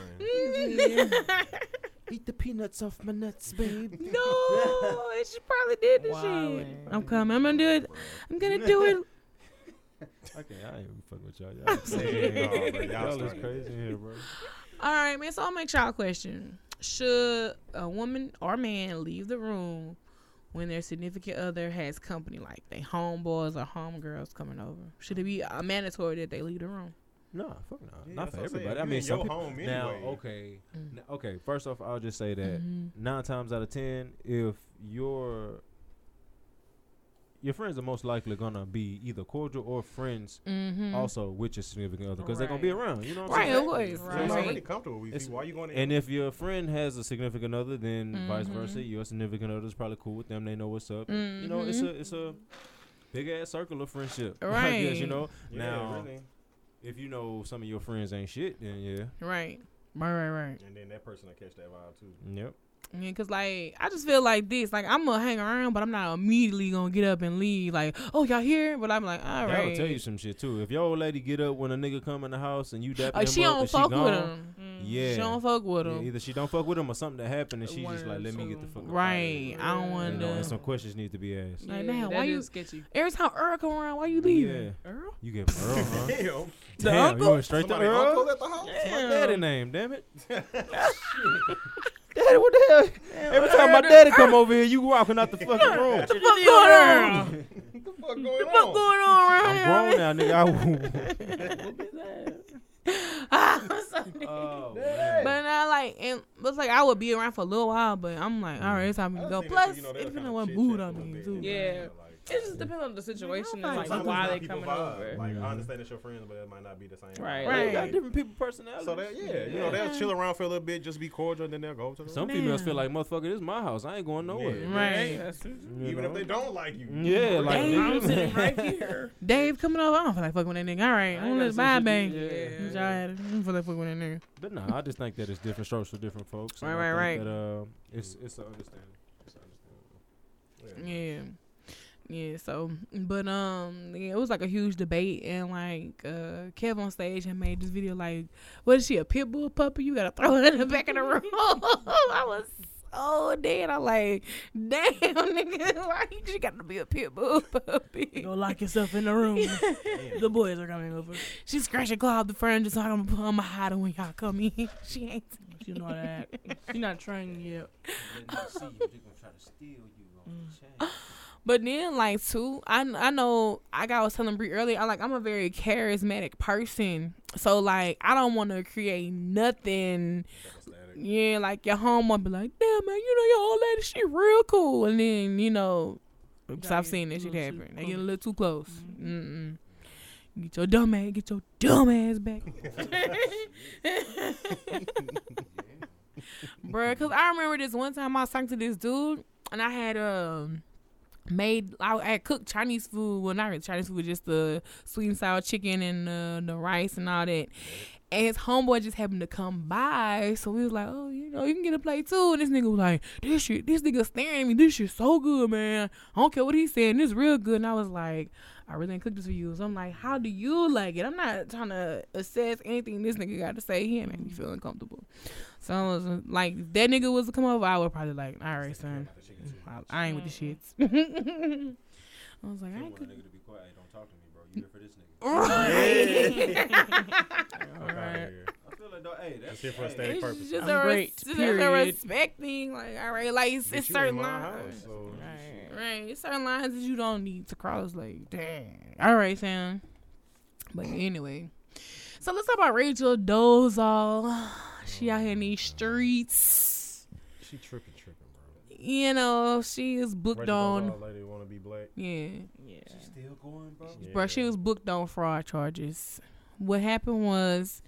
Eat the peanuts off my nuts, babe. [laughs] no, and she probably did the shit. Wildin'. I'm coming. I'm gonna do it. I'm gonna do it. okay, [laughs] I ain't fucking with [laughs] y'all. Y'all, Yeah, no, bro, y'all y'all is started. crazy in here, bro. All right, man. So I'll make y'all a question: Should a woman or man leave the room when their significant other has company, like they homeboys or homegirls coming over? Should it be uh, mandatory that they leave the room? Nah, fuck no. Yeah, Not that's for what I'm saying. everybody. I You mean, in some your people, home now, anyway. okay, Mm. n- okay. First off, I'll just say that Mm-hmm. nine times out of ten, if your your friends are most likely gonna be either cordial or friends, Mm-hmm. also with your significant other, because they're gonna be around. You know what I'm Right, saying? of course. Right. Right. It's already comfortable with It's- you. Why you going to And if your friend has a significant other, then vice Mhm. versa, your significant other is probably cool with them. They know what's up. You know, Mm-hmm. it's a it's a big ass circle of friendship. [laughs] I guess you Right. know. Yeah, now, really. if you know some of your friends ain't shit, then yeah, Mm-hmm. Right. Right, right, right. And then that person will catch that vibe too. yep. Yeah, cause like I just feel like this. Like I'm gonna hang around, but I'm not immediately gonna get up and leave. Like, oh y'all here? But I'm like, all That'll right. tell you some shit too. If your old lady get up when a nigga come in the house and you dap Like Oh, him Uh, she up don't and fuck she gone, with him. Mm. Yeah. She don't fuck with Yeah, him. either she don't fuck with him or something that happened and she One just or like let me get the two. fuck up outta Right. here." I don't You wanna know, and some questions need to be asked. Like, damn, why you- sketchy? every time Earl come around, why you leaving? Yeah, Earl? you get Earl, [laughs] huh? Damn. damn, you went straight Somebody to Earl. uncle at the house? That's my daddy name, [laughs] damn it. daddy, what the hell? Every time my daddy come over here, you walking out the fucking room. What going on? What the fuck going What on? going on around I'm here? grown now, nigga. I, oh, [laughs] man. But now, like, and it's like I would be around for a little while, but I'm like, all right, it's time I to just go. think Plus, you know, it that depends kinda on what chit mood chat I'm a little in bit, too. you know, Yeah. like- It just depends on the situation Like, and how like fine. Sometimes why it's they how people coming vibe. over. Like Mhm. I understand it's your friends, but it might not be the same. Right. [laughs] Mm-hmm. They Right. got different people personalities. So that yeah, you know they'll chill around for a little bit, just be cordial, and then they'll go to the Some Man. females feel like, motherfucker, this is my house. I ain't going nowhere. Yeah. Right. That's true. You even know? if they don't like you. Yeah, like I'm niggas- [laughs] sitting right here. Dave coming over, I don't feel like fucking with that nigga. All right, I ain't I'm got just some vibe, shit bang. to- yeah. Y'all had it. I don't feel like fucking with that nigga. But nah, I just think that it's different strokes for different folks. and Right, I right, think right. That, uh, it's it's an understanding. It's a understanding. Yeah. Yeah, so but um yeah, it was like a huge debate and like uh Kev on stage and made this video like, What is she, a pit bull puppy? You gotta throw her in the back of the room. [laughs] I was so old dad. I'm like, damn, nigga, [laughs] why you just gotta be a pit bull puppy? Go lock [laughs] yourself in the room. the boys are coming over. She scratch and claw up the furniture, so I'm gonna I'm hide her when y'all come in. [laughs] She ain't. You know that. She's not trained yet. But then, like, too, I I know like I was telling Bree earlier. I like I'm a very charismatic person, so like I don't want to create nothing. Yeah, like your home will be like, damn man, you know your old lady, she real cool, and then you know, oops, Gotta I've get seen a this shit little too happen. They get a close. little too close. Mm-hmm. Mm-mm. Get your dumb ass, get your dumb ass back, [laughs] Bruh, Cause I remember this one time I was talking to this dude, and I had um made I, I cooked Chinese food. Well, not really Chinese food, just the sweet and sour chicken and uh, the rice and all that. And his homeboy just happened to come by, so we was like, "Oh, you know, you can get a plate too." And this nigga was like, "This shit, this nigga staring at me. This shit so good, man. I don't care what he's saying. This real good." And I was like, "I really ain't cooked this for you." So I'm like, "How do you like it?" I'm not trying to assess anything this nigga got to say. He ain't make me feel uncomfortable. So I was uh, like, if "That nigga was to come over, I would probably like, all right, son, I, I ain't with the shits." [laughs] I was like, I could. to be quiet. Don't talk to me, bro. You here for this nigga? All right. I feel like, dog, hey, That's here for a static It's purpose. just I'm a, great, res- just a period. respect thing. Like, all right, like it's, Bitch, it's you in certain my lines, house, so- right? It's certain lines that you don't need to cross. Like, damn. All right, Sam. But anyway, so let's talk about Rachel Dozal. [sighs] She out here in Mm. these streets. She tripping, tripping, bro. You know, she is booked Rachel on. Dolezal, lady wanna be black. Yeah, Yeah. Still going, bro. Bruh, she was booked on fraud charges. What happened was,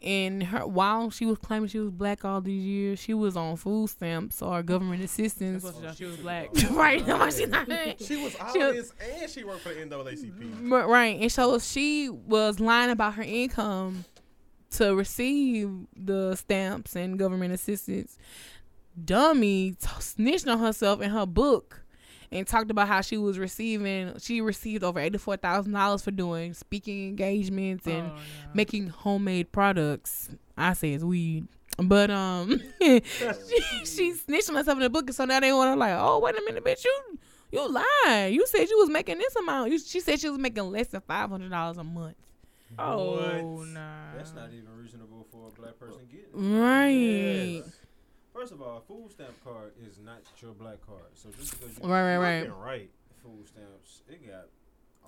in her while she was claiming she was black all these years, she was on food stamps or government assistance. That's what Oh, she was black. [laughs] right, that's why she's not. She was all She was- this, and she worked for the NAACP. But, Right, and so she was lying about her income to receive the stamps and government assistance. Dummy t- snitched on herself in her book and talked about how she was receiving. She received over eighty four thousand dollars for doing speaking engagements and Oh, no. making homemade products. I say it's weed. But um [laughs] she, she snitched on herself in the book and so now they wanna like, oh wait a minute, bitch, you you lied. You said you was making this amount. You, she said she was making less than five hundred dollars a month. Oh, What? nah. That's not even reasonable for a black person getting. Right. Yes. First of all, a food stamp card is not your black card. So just because you Right, right, right. Fucking right. get food stamps, it got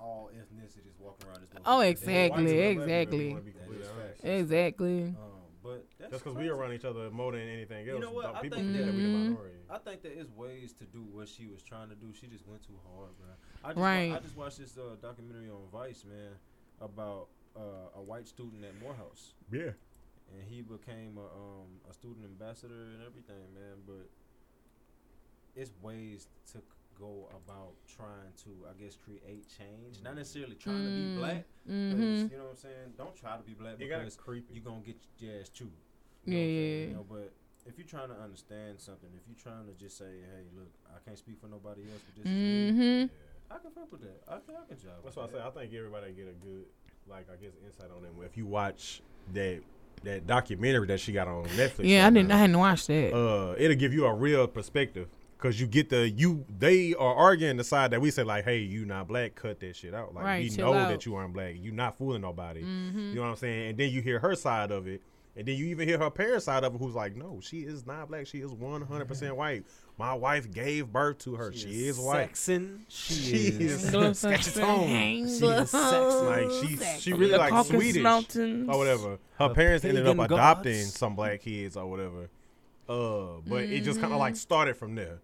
all ethnicities walking around this. Oh, motherfucker. exactly, They white as a exactly. Wanna be That completely is honest. facts. Exactly. motherfucker. Um, but that's Just because we around each other more than anything You else. know what? don't- I People think think that we the that- minority. I think there is ways to do what she was trying to do. She just went too hard, bro. I just, Right. wa- I just watched this uh, documentary on Vice, man, about uh, a white student at Morehouse, Yeah. and he became a, um, a student ambassador and everything, man. But it's ways to c- go about trying to, I guess, create change. Not necessarily trying to Mm. be black, but it's- Mm-hmm. you know what I'm saying. Don't try to be black It because got creepy. you gonna get your ass chewed. Yeah, You know what I'm saying? yeah. You know, but if you're trying to understand something, if you're trying to just say, "Hey, look, I can't speak for nobody else, but this is me," Mm-hmm. I can fuck with that. I can, I can job. That's why I say I think everybody get a good, like I guess, insight on them if you watch that that documentary that she got on Netflix. Yeah, I right didn't I now. hadn't watched that. uh, it'll give you a real perspective because you get the you they are arguing the side that we say like, hey, you not black, cut that shit out. Like Right, we chill know out. Mm-hmm. that you aren't black, you not fooling nobody. You know what I'm saying? And then you hear her side of it, and then you even hear her parents' side of it, who's like, no, she is not black, she is 100 percent white. My wife gave birth to her. She, is, white. Saxon. She, is- Anglo Got your Saxon. tone. Like she she really The like Caucasus Swedish Oh, Mountains. or whatever. [laughs] Her The parents ended up pagan adopting gods. some black kids or whatever. Uh, but it just kind of Mm-hmm. like started from there.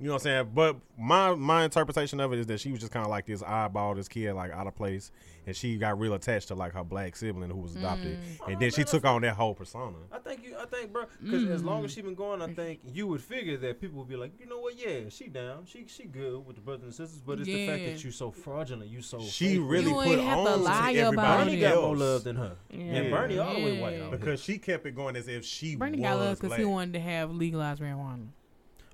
You know what I'm saying? But my my interpretation of it is that she was just kind of like this eyeball, this kid like out of place, and she got real attached to like her black sibling who was adopted, Mm. and then she took on that whole persona. I think you. I think, bro, because as long as she been going, Mm-hmm. I think you would figure that people would be like, you know what? Yeah, she down. She she good with the brothers and sisters. But it's the fact Yeah. that you so fraudulent. Oh, You so She fake. really You ain't put have to on lie to about Bernie everybody got else more love than her, Yeah. and Bernie all the way Yeah. white out here. because she kept it going as if she Bernie was got love because black. he wanted to have legalized marijuana.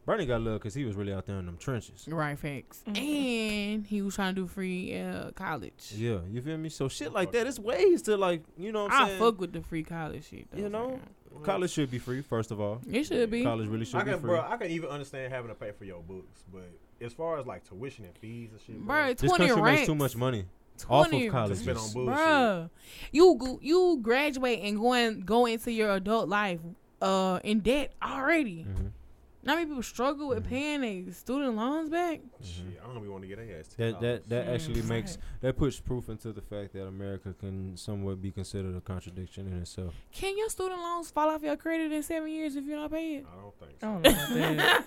Bernie got love because he was really out there in them trenches. Right, facts. And he was trying to do free uh, college. Yeah, you feel me? So shit like that, it's ways to like, you know what I'm I saying? fuck with the free college shit. Though, You know? man. college should be free. First of all, It should be. college really should I be can, free. bro. I can even understand having to pay for your books, but as far as like tuition and fees and shit, bro, Bruh, this twenty country racks. makes too much money off 20, of to spend on colleges. bullshit. Bruh, you go- you graduate and go and go into your adult life uh in debt already. Mhm. Not many people struggle with Mhm. paying their student loans back. Shit, I don't even want to get their ass. Mm-hmm. That that that Mm, actually makes right. that puts proof into the fact that America can somewhat be considered a contradiction in itself. Can your student loans fall off your credit in seven years if you don't pay it? I don't think I so. Oh don't know about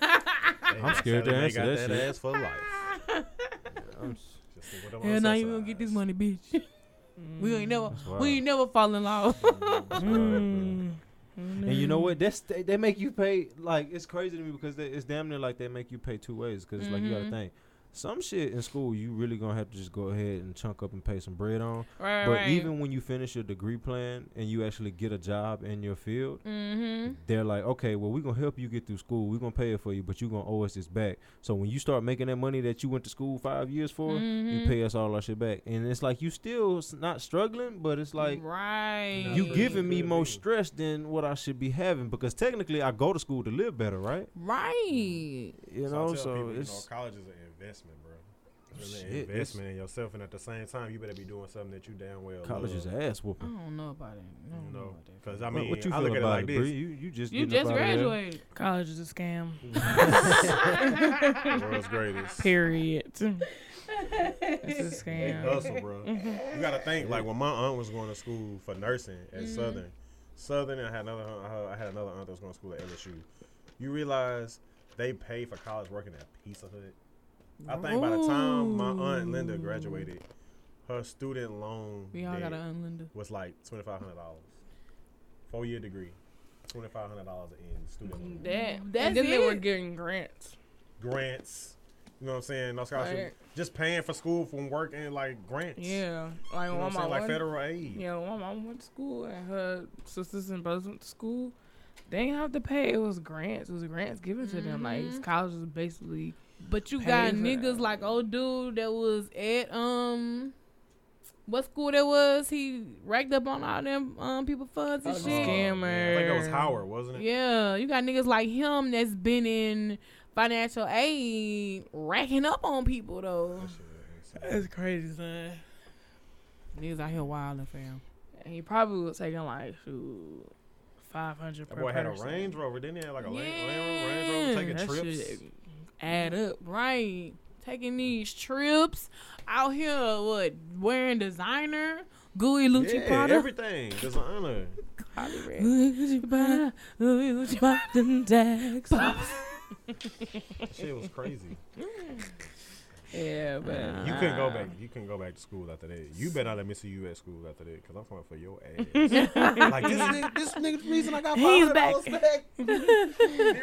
[laughs] [laughs] that. They I'm scared to got answer that shit. ass for life. [laughs] I'm Just think what them Hell, now you uncircumcised. gonna get this money, bitch. [laughs] We ain't never, That's wild. we ain't never fall in love. [laughs] That's wild, bro. Mm. And you know what? That's they, they make you pay like it's crazy to me because they, it's damn near like they make you pay two ways because like you gotta Mhm. think some shit in school you really gonna have to just go ahead and chunk up and pay some bread on. [laughs] Right, but right. even when you finish your degree plan and you actually get a job in your field, mm-hmm. they're like, okay, well we're gonna help you get through school. We're gonna pay it for you, but you're gonna owe us this back. So when you start making that money that you went to school five years for, Mm-hmm. you pay us all our shit back. And it's like you still s- not struggling, but it's like right. you Yeah. giving me Good more deal. stress than what I should be having because technically I go to school to live better, right? right. You So I know, so, tell people, you know, it's college is an investment, bro. It's an Shit, it's- investment in yourself, and at the same time, you better be doing something that you damn well. college is love, ass I whooping. don't know about it. I don't you know know, about that. because I What- mean, what you I feel look at it about like it, this. Bree? You you just You getting just up out of there. graduated. College is a scam. World's greatest. Period. [laughs] it's a They scam. hustle, [laughs] bro. Mm-hmm. You gotta think like when my aunt was going to school for nursing at Mm-hmm. Southern, Southern, and I had another aunt- uh, I had another aunt that was going to school at LSU. You realize they pay for college working at Pizza Hut. I think by the time my aunt Linda Ooh. graduated, her student loan We all debt gotta unlinda. was like twenty five hundred dollars, four year degree, twenty five hundred dollars in student loan That And that's then it. they were getting grants. grants. You know what I'm saying? No scholarship. Mm-hmm. Right. Just paying for school from work and like grants. Yeah. Like You know when what I'm my saying? Like one- federal aid. Yeah, when my mom went to school and her sisters and brothers went to school, they didn't have to pay. It was grants. It was grants given to them. Like Mhm. college was basically but you pay got for niggas that. like old dude that was at um, what school that was? He racked up on all them um people funds and Oh, shit. man, I think that was Scammer. Howard, wasn't it? Yeah, you got niggas like him that's been in financial aid racking up on people though. That shit is insane. that's crazy, son. Niggas out here wilding, fam. And he probably was taking like shoot, five hundred per That boy had a person. Range Rover, didn't he? Had like a Land- Land, Yeah, Rover, Range That Rover, taking trips. shit add up. Right. Taking these trips out here, what, wearing designer, gooey Lucci yeah, Prada. everything. Designer. Gucci Prada, Louis Gucci Prada, them tags. That shit was crazy. Yeah, but You couldn't go back. You couldn't go back to school after that. You better not let me see you at school after that, cause I'm coming for your [laughs] ass. like this, nigga, this nigga's reason I got five He's hundred dollars back. in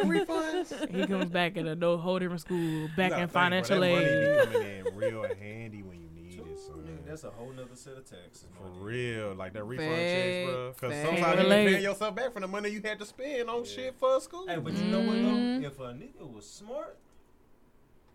refunds. he comes back at a no whole different school, You back gotta in think, bro, financial that aid. Money be coming in real handy when you need it. Son. a whole nother set of taxes. For real, like that refund Fact, checks, bro. Because fact. sometimes you Relate. paying yourself back from the money you had to spend on shit for school. Hey, but you know what though? If a nigga was smart,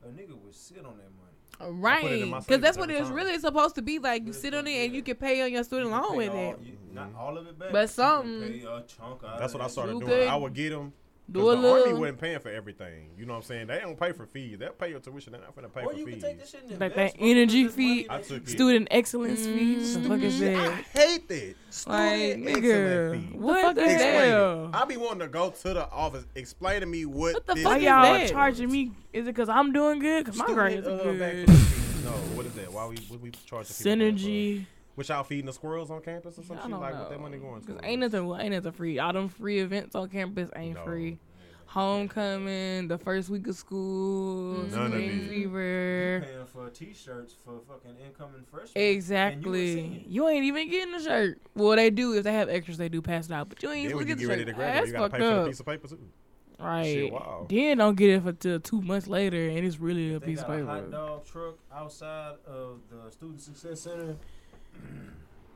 a nigga would sit on that money. put it Right. in my Because that's savings what every it's time. really supposed to be. Like, you sit on it and you can pay on your student loan with it. Not all of it back, But you can something. pay That's what I started You doing. could I would get them. Do a Cause the army little. wasn't paying for everything. You know what I'm saying? They don't pay for fees. They'll pay your tuition. They're not gonna pay Or for you fees. can take this shit and Like invest, that bro, 'cause energy this money fee, that I you took it. Student excellence fees. What the fuck is I that? hate that. Like, Student excellence nigga, fee. what the Explain hell? it. I be wanting to go to the office. Explain to me what, What the this fuck Why is y'all that? charging me? Is it because I'm doing good? Because Oh, my Student, grades are uh, good. backflip fee. No, what is that? Why we what we charging people for that, bro? Synergy. What y'all feeding the squirrels on campus or I something? don't Like know. what that money going Because to? ain't nothing, well, ain't nothing free. All them free events on campus ain't No. free. Homecoming, the first week of school, None of spring it. [laughs] fever. paying for T-shirts for fucking incoming freshmen. Exactly. senior. You, ain't even getting a shirt. Well, they do. If they have extras, they do pass it out. But you ain't Then even when you get the get ready to shirt. graduate, That's you gotta fucked pay for the up. piece of paper too. Right. wow. Then don't get it for till two months later, and it's really a They piece got of a hot paper. dog truck outside of the Student Success Center. [clears throat]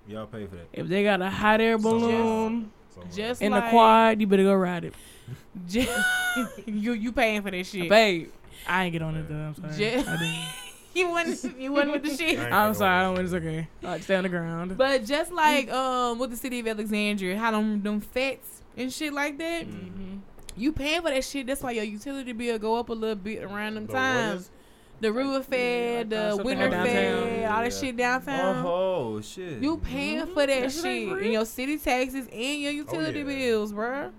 Y'all pay for that. If they got a hot air So, balloon So, Just in like, [laughs] the quad, you better go ride it. you you paying for this shit. Babe, I ain't get on it though. I'm sorry. Just- I didn't. [laughs] you wasn't you wasn't with the shit. I ain't I'm finna sorry, I go don't with want it's okay. I stay on the ground. But just like um with the city of Alexandria, how them them fets and shit like that, Mm. Mm. you paying for that shit. That's why your utility bill go up a little bit around them The what times. is- The river fed, uh, the something winter downtown. fed, all Yeah. that shit downtown. Oh shit. You paying for that That shit ain't shit free. in your city taxes and your utility yeah. bills, bruh.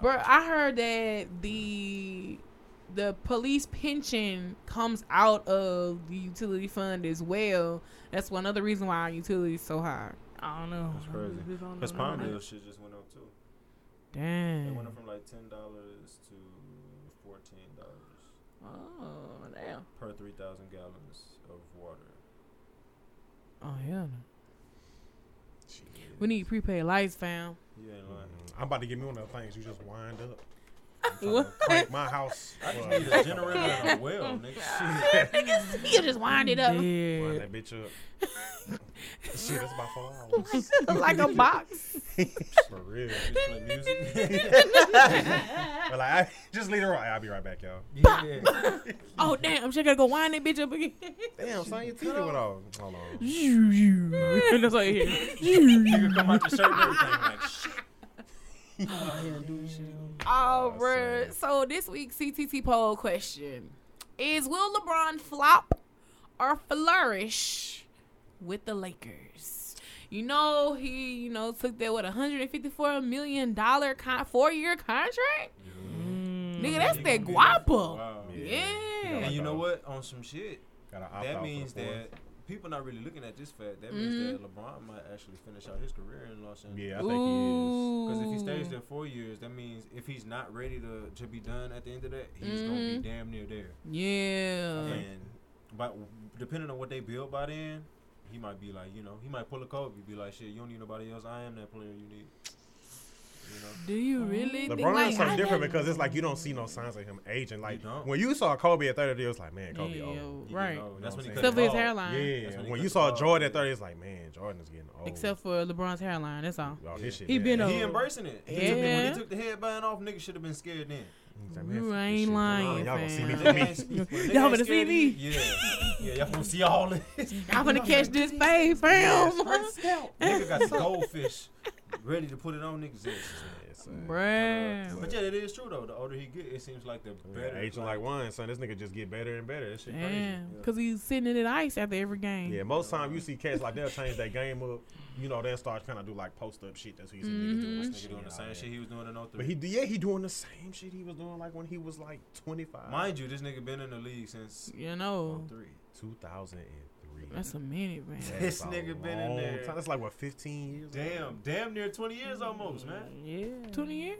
Bruh, I heard that the the police pension comes out of the utility fund as well. That's one other reason why our utility is so high. I don't know. That's crazy. I don't Cause know. Palmdale shit just went up too. It Damn. went up from like ten dollars to fourteen dollars Oh damn. per three thousand gallons of water. Oh hell no. We need prepaid lights, fam. You ain't lying. Mhm. I'm about to give me one of those things you just wind up. What? Crank my house. I just Well, need a generator and a [laughs] well, nigga. Shit. Niggas, you just wind it up Wind Yeah. that bitch up. [laughs] Shit, that's about four hours. like a box. [laughs] For real. Just play music. [laughs] But like, I, [laughs] just leave it right. I'll be right back, y'all. [laughs] Yeah. Oh damn, I'm sure gotta go wind that bitch up again. Damn, son, your teeth went off. Hold on. That's all you hear. [laughs] Nigga come out the shirt and everything like shit. Oh, Oh, son. bruh. So this week's CTT poll question is: Will LeBron flop or flourish with the Lakers? You know he, you know, took that what 154 million dollar con- four year contract. Nigga, that's that guapa. Wow. Yeah. And you know what? On some shit, Gotta opt out for that the means fourth. that people not really looking at this fact. That means Mm-hmm. that LeBron might actually finish out his career in Los Angeles. Yeah, I think he is. Ooh. Because if he stays there four years, that means if he's not ready to, to be done at the end of that, he's gonna be Mhm. damn near there. yeah. And but depending on what they build by then, he might be like, you know, he might pull a Kobe, be like, shit, you don't need nobody else. I am that player you need. You know. Do you really think LeBron like is something I different never- because it's like you don't see no signs of him aging. Like don't. when you saw Kobe at 30, it was like, man, Kobe Yeah, old. You right. know, that's when he You cut know Except for his ball. hairline. Yeah, That's when he when cut you the saw ball. Jordan at 30, it's like, man, Jordan is getting old. Except for LeBron's hairline. That's all. Y'all, his shit He been bad. old. He embracing it. He took the- when Yeah. he took the headband off, niggas should have been [laughs] scared then. He's like, man, You fuck this ain't shit, lying, Jordan. Y'all gonna see me fam. for me. [laughs] Y'all finna see me? Yeah. Yeah, y'all gonna see all this. I'm gonna catch this fade, fam. [laughs] Nigga got the goldfish ready to put it on niggas' ass. Yes, son. Bruh. But yeah, it is true though. The older he get, it seems like the Yeah, better. Aging like one, son. This nigga just get better and better. That shit crazy. Damn, because he's sitting in the ice after every game. Yeah, most time you see cats like they'll change their game up. You know, they'll start kind of do like post up shit. That's who you see niggas doing. This This nigga doing the same shit. shit he was doing in 03. But he, yeah, he doing the same shit he was doing like when he was like 25. Mind you, this nigga been in the league since You know, 03. 2003. that's a minute, man. That's [laughs] This a nigga been in long there. time. That's like what 15 years. ago? Damn, damn near 20 years almost, man. Yeah. 20 years?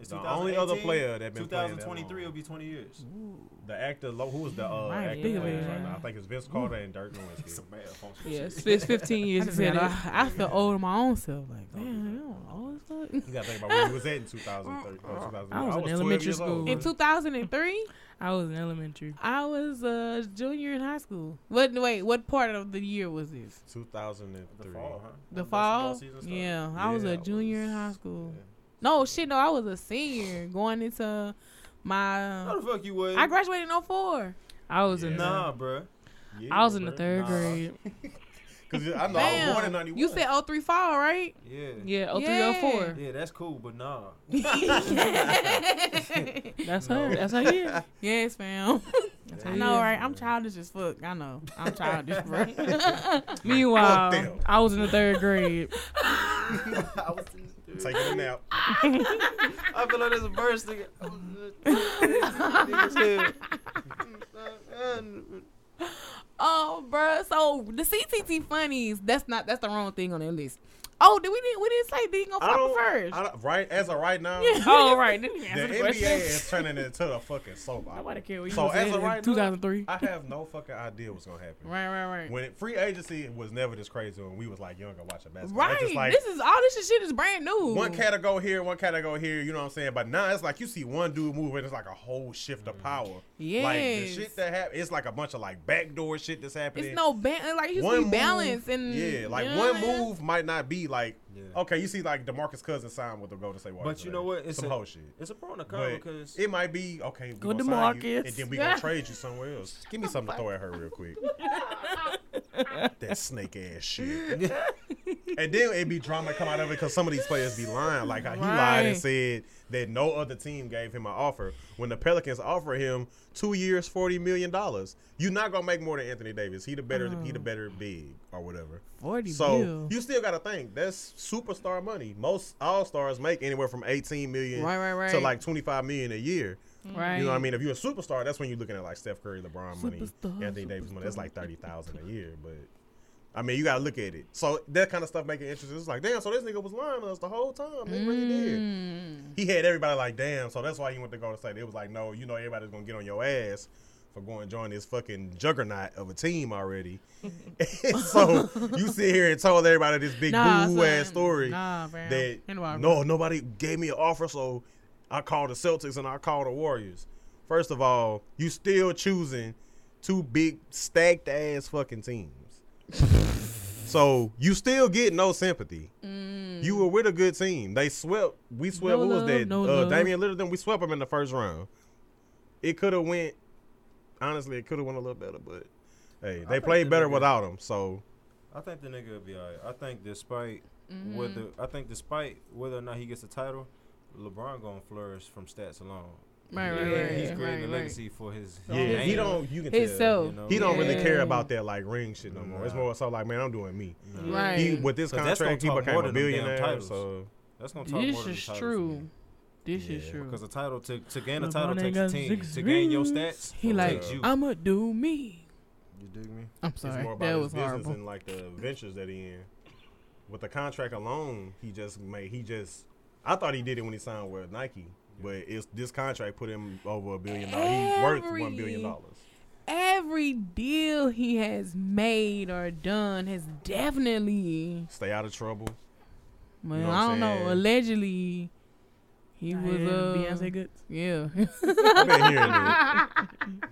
It's The only other 2018, player that been playing that 2023 will long. be 20 years. The actor, lo- who was the uh, Right, actor yeah. playing right now? I think it's Vince Carter and [laughs] Dirk Nowitzki. Some bad function Yes. shit. It's 15 I, years. just Is it? said, I, I feel old in my own self. Like, man, I'm old as fuck. You gotta think about where he was at in 2003. or 2003. I was in 12 elementary years old. In 2003, I was in elementary. I was a junior in high school. What? Wait, what part of the year was this? 2003. The fall, huh? The When fall? season started. Yeah, I was Yeah, I a junior in was- high school. yeah. No, shit, no, I was a senior going into my. How the fuck you was? I graduated in 04. I was in Nah, the, bruh. Yeah, I was in the bruh. third Nah. grade. Cause I know I was born in Damn. 91. You said 03 fall, [laughs] right? Yeah. Yeah, oh three, Yeah. oh four. Yeah, that's cool, but [laughs] nah. That's her. That's her year. [laughs] [laughs] yes, fam. [laughs] That's her I know, year. right? I'm childish as fuck. I know. I'm childish, bro. Fuck them. Meanwhile, I was in the third [laughs] grade. I was Taking a nap. I feel like there's a verse, [laughs] nigga. [laughs] oh, bro. So the CTT funnies. That's not. That's the wrong thing on that list. Oh, did we didn't we didn't say they gonna I flop don't, first? I don't, right as of right now, oh right, didn't even the answer the, NBA question. is turning into a fucking soap opera. Nobody [laughs] care what you So so as of right now- 2003. I have no fucking idea what's gonna happen. Right, right, right. When it, free agency was never this crazy when we was like younger watching basketball. It's Right. just like this is all this shit is brand new. one cat go here, one cat go here. You know what I'm saying? But now it's like you see one dude move and it's like a whole shift of power. Like the Yes. shit that happened, it's like a bunch of like backdoor shit that's happening. it's no ban- like you see move- balance and yeah, like Mm, you know what one I'm saying? move might not be like Yeah. okay, you see like Demarcus Cousins signed with the Golden State Warriors. But you know what? It's Some a- whole shit. [laughs] It's a pro and a con But because it might be okay. We Go gonna sign you, DeMarcus. and then we gonna trade [laughs] you somewhere else. Give me something to throw at her real quick. that snake ass shit. [laughs] and then it be drama come out of it because some of these players be lying. Like how he lied Right. and said that no other team gave him an offer when the Pelicans offered him two years, forty million dollars. You're not gonna make more than Anthony Davis. He the better. He Mm. the better big or whatever. 40 So bill. you still got to think that's superstar money. Most all stars make anywhere from 18 million Right, right, right. to like 25 million a year. Right. You know what I mean? If you're a superstar, that's when you're looking at like Steph Curry, LeBron money, Superstar, Anthony Davis money. That's like 30,000 a year, but I mean, you got to look at it. So that kind of stuff make it interesting. It's like, damn, so this nigga was lying to us the whole time. They really did. He had everybody like, damn, so that's why he went to go to state. It was like, no, you know everybody's going to get on your ass for going and join this fucking juggernaut of a team already. [laughs] so you sit here and told everybody this big Nah, boo ass son. story Nah, fam. that And why, no, nobody gave me an offer, so I called the Celtics and I called the Warriors. First of all, you still choosing two big stacked ass fucking [laughs] teams. so you still get no sympathy. You were with a good team. They swept. We swept. Mm. No who was love, that? no uh, love. Damian Littleton. We swept them in the first round. It could have went. Honestly, it could have went a little better, but hey, they think played they better did. without him. So I think the nigga will be alright. I think despite Mm-hmm. whether I think despite whether or not he gets a title, LeBron gonna flourish from stats alone. Right, right, Yeah, right. He's right, creating right. a legacy for his. Oh, his yeah, he name, don't. You can His tell. soul. you know? He don't really Yeah. care about that like ring shit no more. It's Nah. more so like, man, I'm doing me. Nah. Right. He, with this 'Cause that's contract, he gonna talk more became a than them damn billionaire. titles. So That's gonna talk more This than is titles true. again. This is Yeah, true. Because a title to to gain a LeBron title ain't takes got a team. six To gain your rings. stats, He it like, takes you. I'ma do me. you dig [laughs] me? I'm it's sorry. more about That his was business horrible. and like the ventures that he in. With the contract alone, he just made. He just. I thought he did it when he signed with Nike, but it's this contract put him over a billion dollars. He's worth one billion Every- dollars. Every deal he has made or done has definitely, Stay out of [laughs] trouble. well, know what I I'm don't know, saying? allegedly, he He was, uh, Beyonce good. yeah. [laughs] I've been hearing it.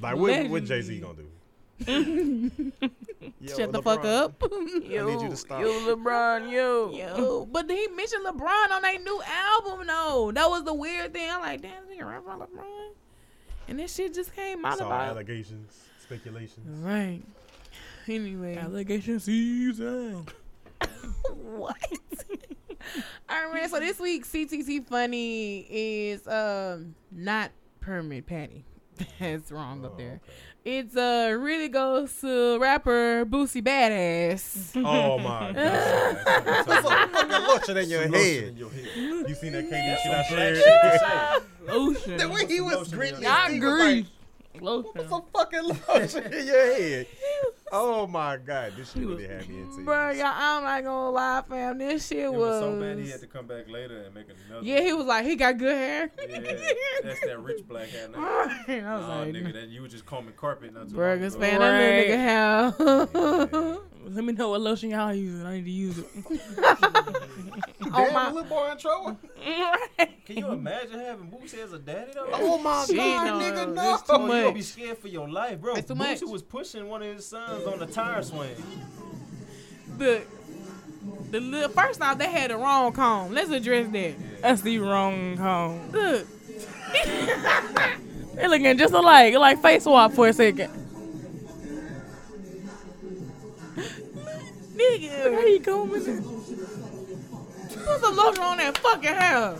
Like what? What Jay Z [laughs] gonna do? Yo, Shut the fuck LeBron, up. [laughs] I need you to stop. LeBron, you. Yo, [laughs] but he mentioned LeBron on their new album. No, that was the weird thing. I'm like, damn, this nigga rap about LeBron, and this shit just came out It's all about. it. allegations, speculations. [laughs] right. Anyway, Allegation season. what? All right, so this week CTC funny is um not permit Patty. [laughs] That's wrong up there. Oh, It's uh really goes to rapper Boosie Badass. Oh my god. That's a fucking lotion in your Some lotion in head. your head. You seen that KD shit I shared? Lotion. The way he was Lotion in your grinning. head. he was like, Lotion. Some fucking lotion in your head. Oh my god, this shit really had me in tears. Bro, y'all, I'm not gonna lie, fam. This shit It was, was so bad he had to come back later and make another. Yeah, he one. was like, he got good hair. Yeah, that's that rich black hair. All [laughs] Now. right. [laughs] I was Nah, like, nigga, that you were just combing carpet not too long Burgers ago. fan, that little nigga have. [laughs] Let me know what lotion y'all using. I need to use it. Damn, my little boy in trouble. Oh, Can you imagine having Boosie as a daddy though? Oh my Shit, god, no, nigga, no. this too Oh, you gonna much. be scared for your life, bro. It's too much. Boosie was pushing one of his sons on the tire swing. the the little first off they had the wrong comb. Let's address that. That's the wrong home. Look, [laughs] They looking just alike. Like face swap for a second. Look how [laughs] nigga, you combing it. put some lotion on that fucking hair.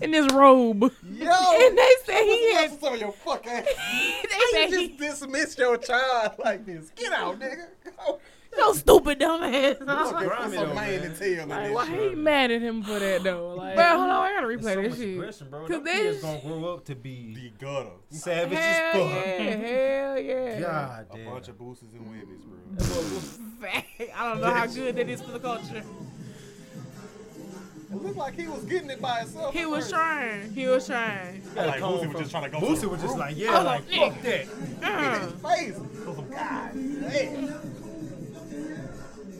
in this robe. [laughs] Yo, And they said he you had. some of your fucking They said You he just dismissed your child like this. Get out, nigga. Go. so stupid dumb ass. [laughs] Bro, Look at grimy though, some man man. and tail in Like, this why shit. he mad at him for that though? Like, hold on, I gotta There's so replay much this shit. aggression, bro. 'Cause Them kids this- gonna grow up to be The gutter. savage as Hell [laughs] fuck. yeah, hell yeah. [laughs] [laughs] God A damn. bunch of boosters and webbies, bro. I don't know how good that is for the culture. It looked like he was getting it by himself. He was trying. He was trying. Like, Come Boosie from- was just trying to go to Boosie the was just roof. like, yeah, like fuck that. Uh, face. Cause of God, damn.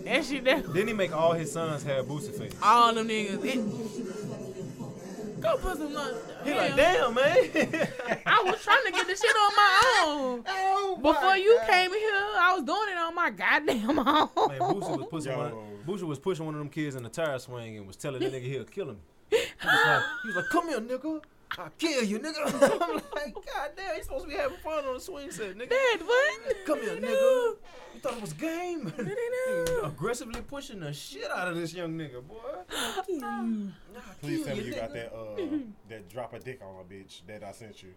that shit, [laughs] that Then he make all his sons have Boosie face. all them niggas. It, go put some lunch. He like, damn man. [laughs] I was trying to get the shit on my own. Oh my Before you God. came here, I was doing it on my my goddamn [laughs] home. Man, Boosie was, [laughs] pushing one, Yo. Boosie was pushing one of them kids in the tire swing and was telling the nigga he'll kill him. He was like, he was like come here, nigga. I'll kill you, nigga. [laughs] I'm like, God damn, you supposed to be having fun on the swing set, nigga. Dad, what? Come here, nigga. You thought it was game. [laughs] Aggressively pushing the shit out of this young nigga, boy. Nah, I Please kill tell me you got nigga. that uh [laughs] that drop a dick on a bitch that I sent you.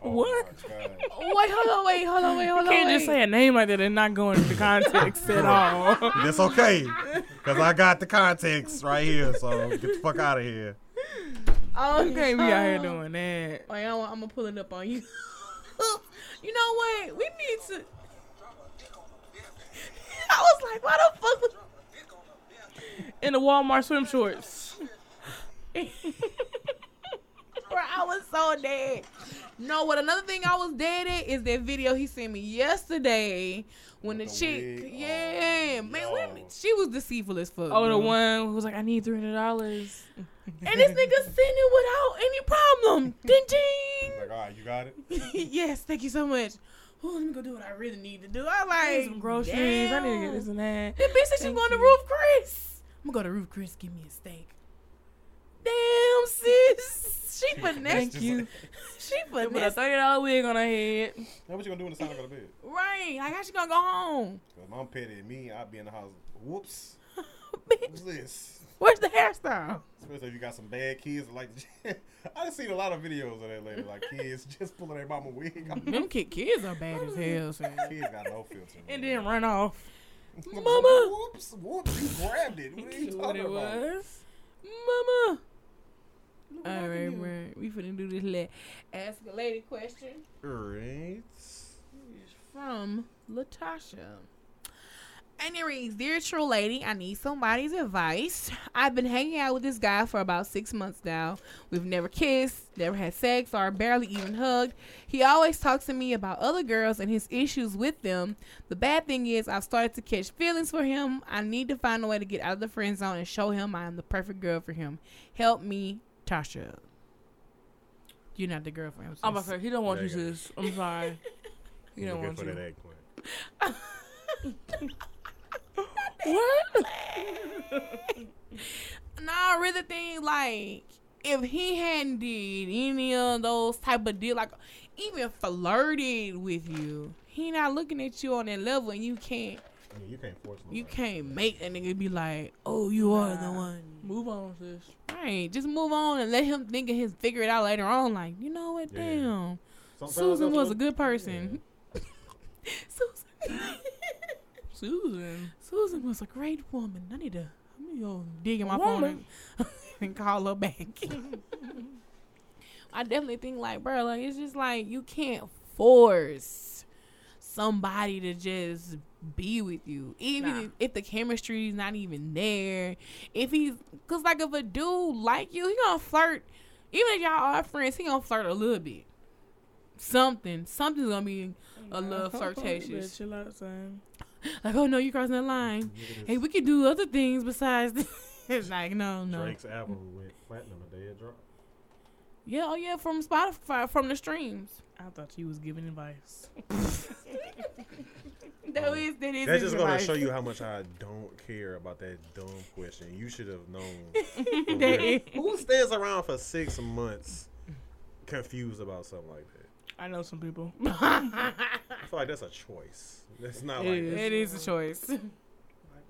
Oh What? my God. [laughs] Wait, hold on, wait, hold on, wait, hold on. You can't just wait. say a name like that and not go into the context [laughs] at all. That's okay, cause I got the context right here. So get the fuck out of here. Oh, You can't be out here doing that. Wait, I, am gonna pull it up on you. [laughs] you know what? We need to. [laughs] I was like, why the fuck? Was... In the Walmart swim shorts. Bro, I was so dead. No, what another thing I was dead at is that video he sent me yesterday when the, With the chick, wig Oh, yeah, on. man, Yo. women, she was deceitful as fuck. Oh, the bro. one who was like, I need three hundred dollars. And this nigga sent it without any problem. Ding ding. Like, all right, you got it. yes, thank you so much. Ooh, Oh, let me go do what I really need to do. I like some groceries. I need to get this and that. That bitch said she's Thank going to you. Roof Chris. I'm gonna go to Roof Chris. Give me a steak. Damn sis, [laughs] she finessed. Just you. Like, [laughs] She They put a finessed. thirty dollar wig on her head. now what you gonna do when it's time to go to bed? Right? Like how she gonna go home? Cause my mom petty and me, I'd be in the house. [laughs] Whoops. Bitch, What's this? where's the [laughs] hairstyle? Especially if you got some bad kids. Like, [laughs] I done seen a lot of videos of that lady. Like kids just pulling their mama wig. off. Them kid kids are bad as hell, son. kids got no filter. And man. then run off. [laughs] Mama. Whoops! Whoops! You grabbed it. What are you That's what talking it about? was. Mama. All right, right. We finna do this last ask a lady question. Right. is from Latasha. Anyways, dear true lady, I need somebody's advice. I've been hanging out with this guy for about six months now. We've never kissed, never had sex, or barely even hugged. He always talks to me about other girls and his issues with them. The bad thing is, I've started to catch feelings for him. I need to find a way to get out of the friend zone and show him I am the perfect girl for him. Help me, Tasha. You're not the girl for him. I'm about to say he don't want There you, you go. sis. [laughs] I'm sorry. He don't want you. eggplant. What? Nah, I really think like if he hadn't did any of those type of deal, like even flirted with you, he not looking at you on that level, and you can't I mean, you can't force nobody. you can't make that nigga be like, oh, you are the one. Move on, sis. Right, just move on and let him think of his figure it out later on. Like you know what, Yeah. damn, Sometimes Susan that's was what- a good person. [laughs] Susan, Susan. Susan was a great woman. I need to. Let me go dig in my Woman. phone and, [laughs] and call her [laughs] back. I definitely think like, bro, like it's just like you can't force somebody to just be with you, even Nah. if, if the chemistry's not even there. If he's, cause like if a dude like you, he gonna flirt. Even if y'all are friends, he gonna flirt a little bit. Something, something's gonna be a [laughs] little flirtatious. Chill out, son. Like, oh no, you crossing that line. Hey, we could do other things besides this. [laughs] It's like, no, no. Drake's album went platinum a day it dropped. Yeah, oh yeah, from Spotify, from the streams. I thought you was giving [laughs] advice. That is, that is. That's Oh. just gonna advice. show you how much I don't care about that dumb question. You should have known. for That real. is- [laughs] Who stays around for six months confused about something like that? I know some people. I feel like that's a choice. That's not It like, is. It is a choice. like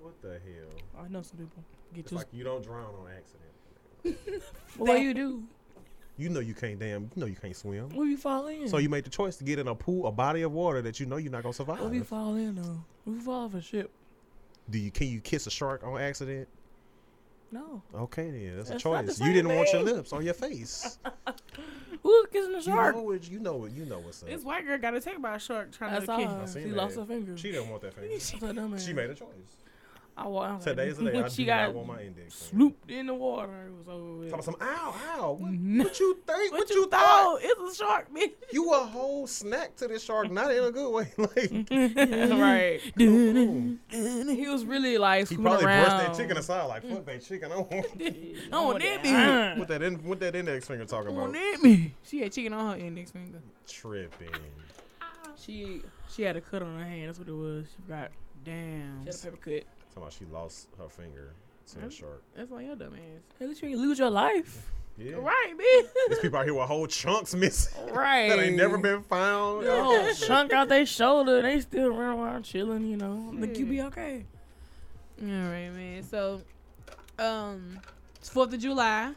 what the hell? I know some people. Get It's you. like you don't drown on accident. What you do? You know you can't damn. You know you can't swim. Where you fall in? So you make the choice to get in a pool, a body of water that you know you're not gonna Where you survive. fall in though? Where you fall off a ship? Do you? Can you kiss a shark on accident? No. Okay, then that's, That's a not the choice. You same didn't want your thing. lips on your [laughs] face. Who's kissing the you shark? know it. You know it. You know what's up. this white girl got attacked by a shark trying I to saw kill. her. I She seen lost that. her finger. She didn't want that thing. She said, "No, man." She made a choice. I wa- I was like, Today's the day. I she do got not want my index. ring. slooped in the water. It was over with. Talking some ow, ow. What, Mm-hmm. Mhm. what [laughs] you think? What, you thought? It's a [laughs] shark, bitch. You a whole snack to this shark, not in a good way. [laughs] like right. boom. He was really like he swimming probably brushed around. that chicken aside. Like fuck that chicken. I don't [laughs] want Oh, that bitch. Mm. what that in, what that index finger talking Oh, [laughs] about. that bitch. She had chicken on her index finger. Tripping. She she had a cut on her hand. That's what it was. She forgot. Damn. She had a paper [laughs] cut. Talking about she lost her finger to a Mhm. shark. That's why your dumb ass. At least you ain't lose your life. Yeah. Right, There's people out here with whole chunks missing [laughs] [laughs] Right. that ain't never been found. Oh, [laughs] No, chunk out their shoulder. They still run around chilling, you know. Like, you be okay. bitch. All right, man. So, um, it's Fourth of July.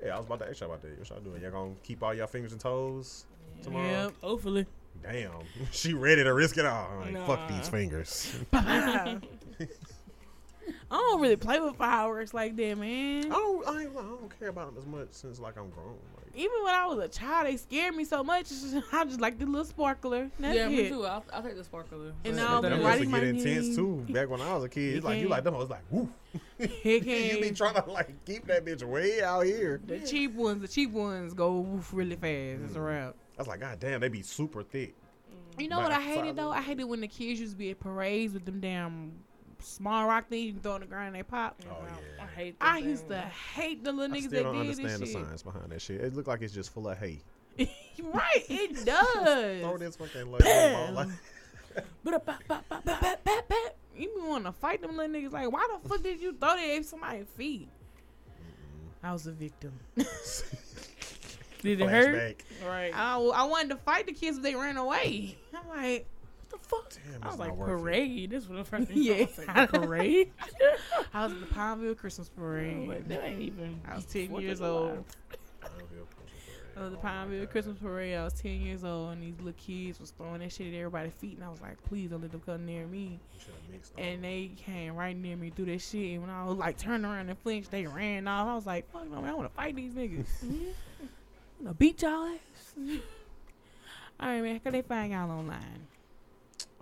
Hey, I was about to ask y'all about that. What y'all doing? Y'all gonna keep all your fingers and toes tomorrow? Yep, [laughs] hopefully. Damn, [laughs] she ready to risk it all. Like, Fuck Nah. these fingers. [laughs] Bye. I don't really play with fireworks like that, I man. don't, I, ain't, I don't care about them as much since like I'm grown. Like, Even when I was a child, they scared me so much. [laughs] It's just- I just like the little sparkler. That's yeah, it. me too. I'll, I'll take the sparkler. And But- I'll be them used right to in my get intense knees. too. Back when I was a kid, it's like you Again. like them. I was like, woo. [laughs] Here you be came trying to like keep that bitch way out here. the cheap ones. The cheap ones go woof really fast. It's a Mm. wrap. I was like, god damn, they be super thick. You know what I Right. hated though? I hated when the kids used to be at parades with them damn small rock things you can throw on the ground and they pop. Oh I yeah. hate I that used to thing. hate the little I niggas still that don't did understand the this science behind that shit. It look like it's just full of hay. shit. [laughs] right, [laughs] it Throw does. this fucking like, ball, like But ba- ba- ba- ba- ba- ba- ba- you be want to fight them little niggas like, why the fuck did you throw that at somebody's feet? I was a victim. [laughs] Did it hurt? flashback. Right. I, I wanted to fight the kids, but they ran away. I'm like, what the fuck? Damn, I it's not was like, worth it. parade. This was the first thing Yeah, I was like, parade? [laughs] I was at the Pineville Christmas parade. Like, Oh, that ain't even. I was 10 Fourth years of July. old. I don't feel comfortable. I was at Oh the my Pineville God. Christmas parade. I was 10 years old, and these little kids was throwing that shit at everybody's feet, and I was like, please don't let them come near me. You should've mixed all And they came right near me through that shit. And when I was like turned around and flinched, they ran off. I was like, fuck no, man, I want to fight these niggas. I'm gonna beat y'all ass. All right, man, because they find y'all online.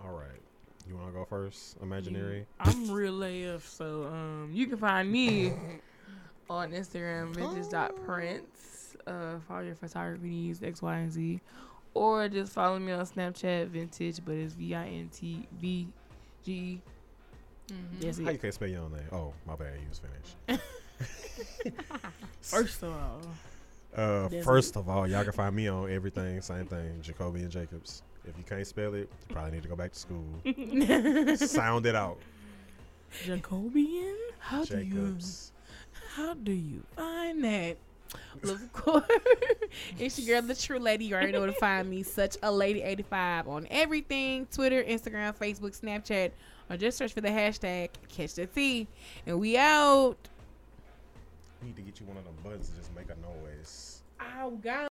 All right. You want to go first? Imaginary? I'm real AF, so um, you can find me on Instagram, vintage.prints. Uh, follow your photography needs, X, Y, and Z. Or just follow me on Snapchat, vintage, but it's V I N T V G. That's How it. you can't spell your own name? Oh, my bad. You was finished. First of all, Uh, That's first of all, y'all can find me on everything. Same thing. Jacoby and Jacobs. If you can't spell it, you probably need to go back to [laughs] school. Sound it out. Jacobian? How Jacobs. do you, how do you find that? Well, of course, [laughs] it's your girl, the true lady. You already know where to find me, such a lady 85 on everything Twitter, Instagram, Facebook, Snapchat, or just search for the hashtag catch the tea. And we out. Need to get you one of them buttons to just make a noise. Oh, God.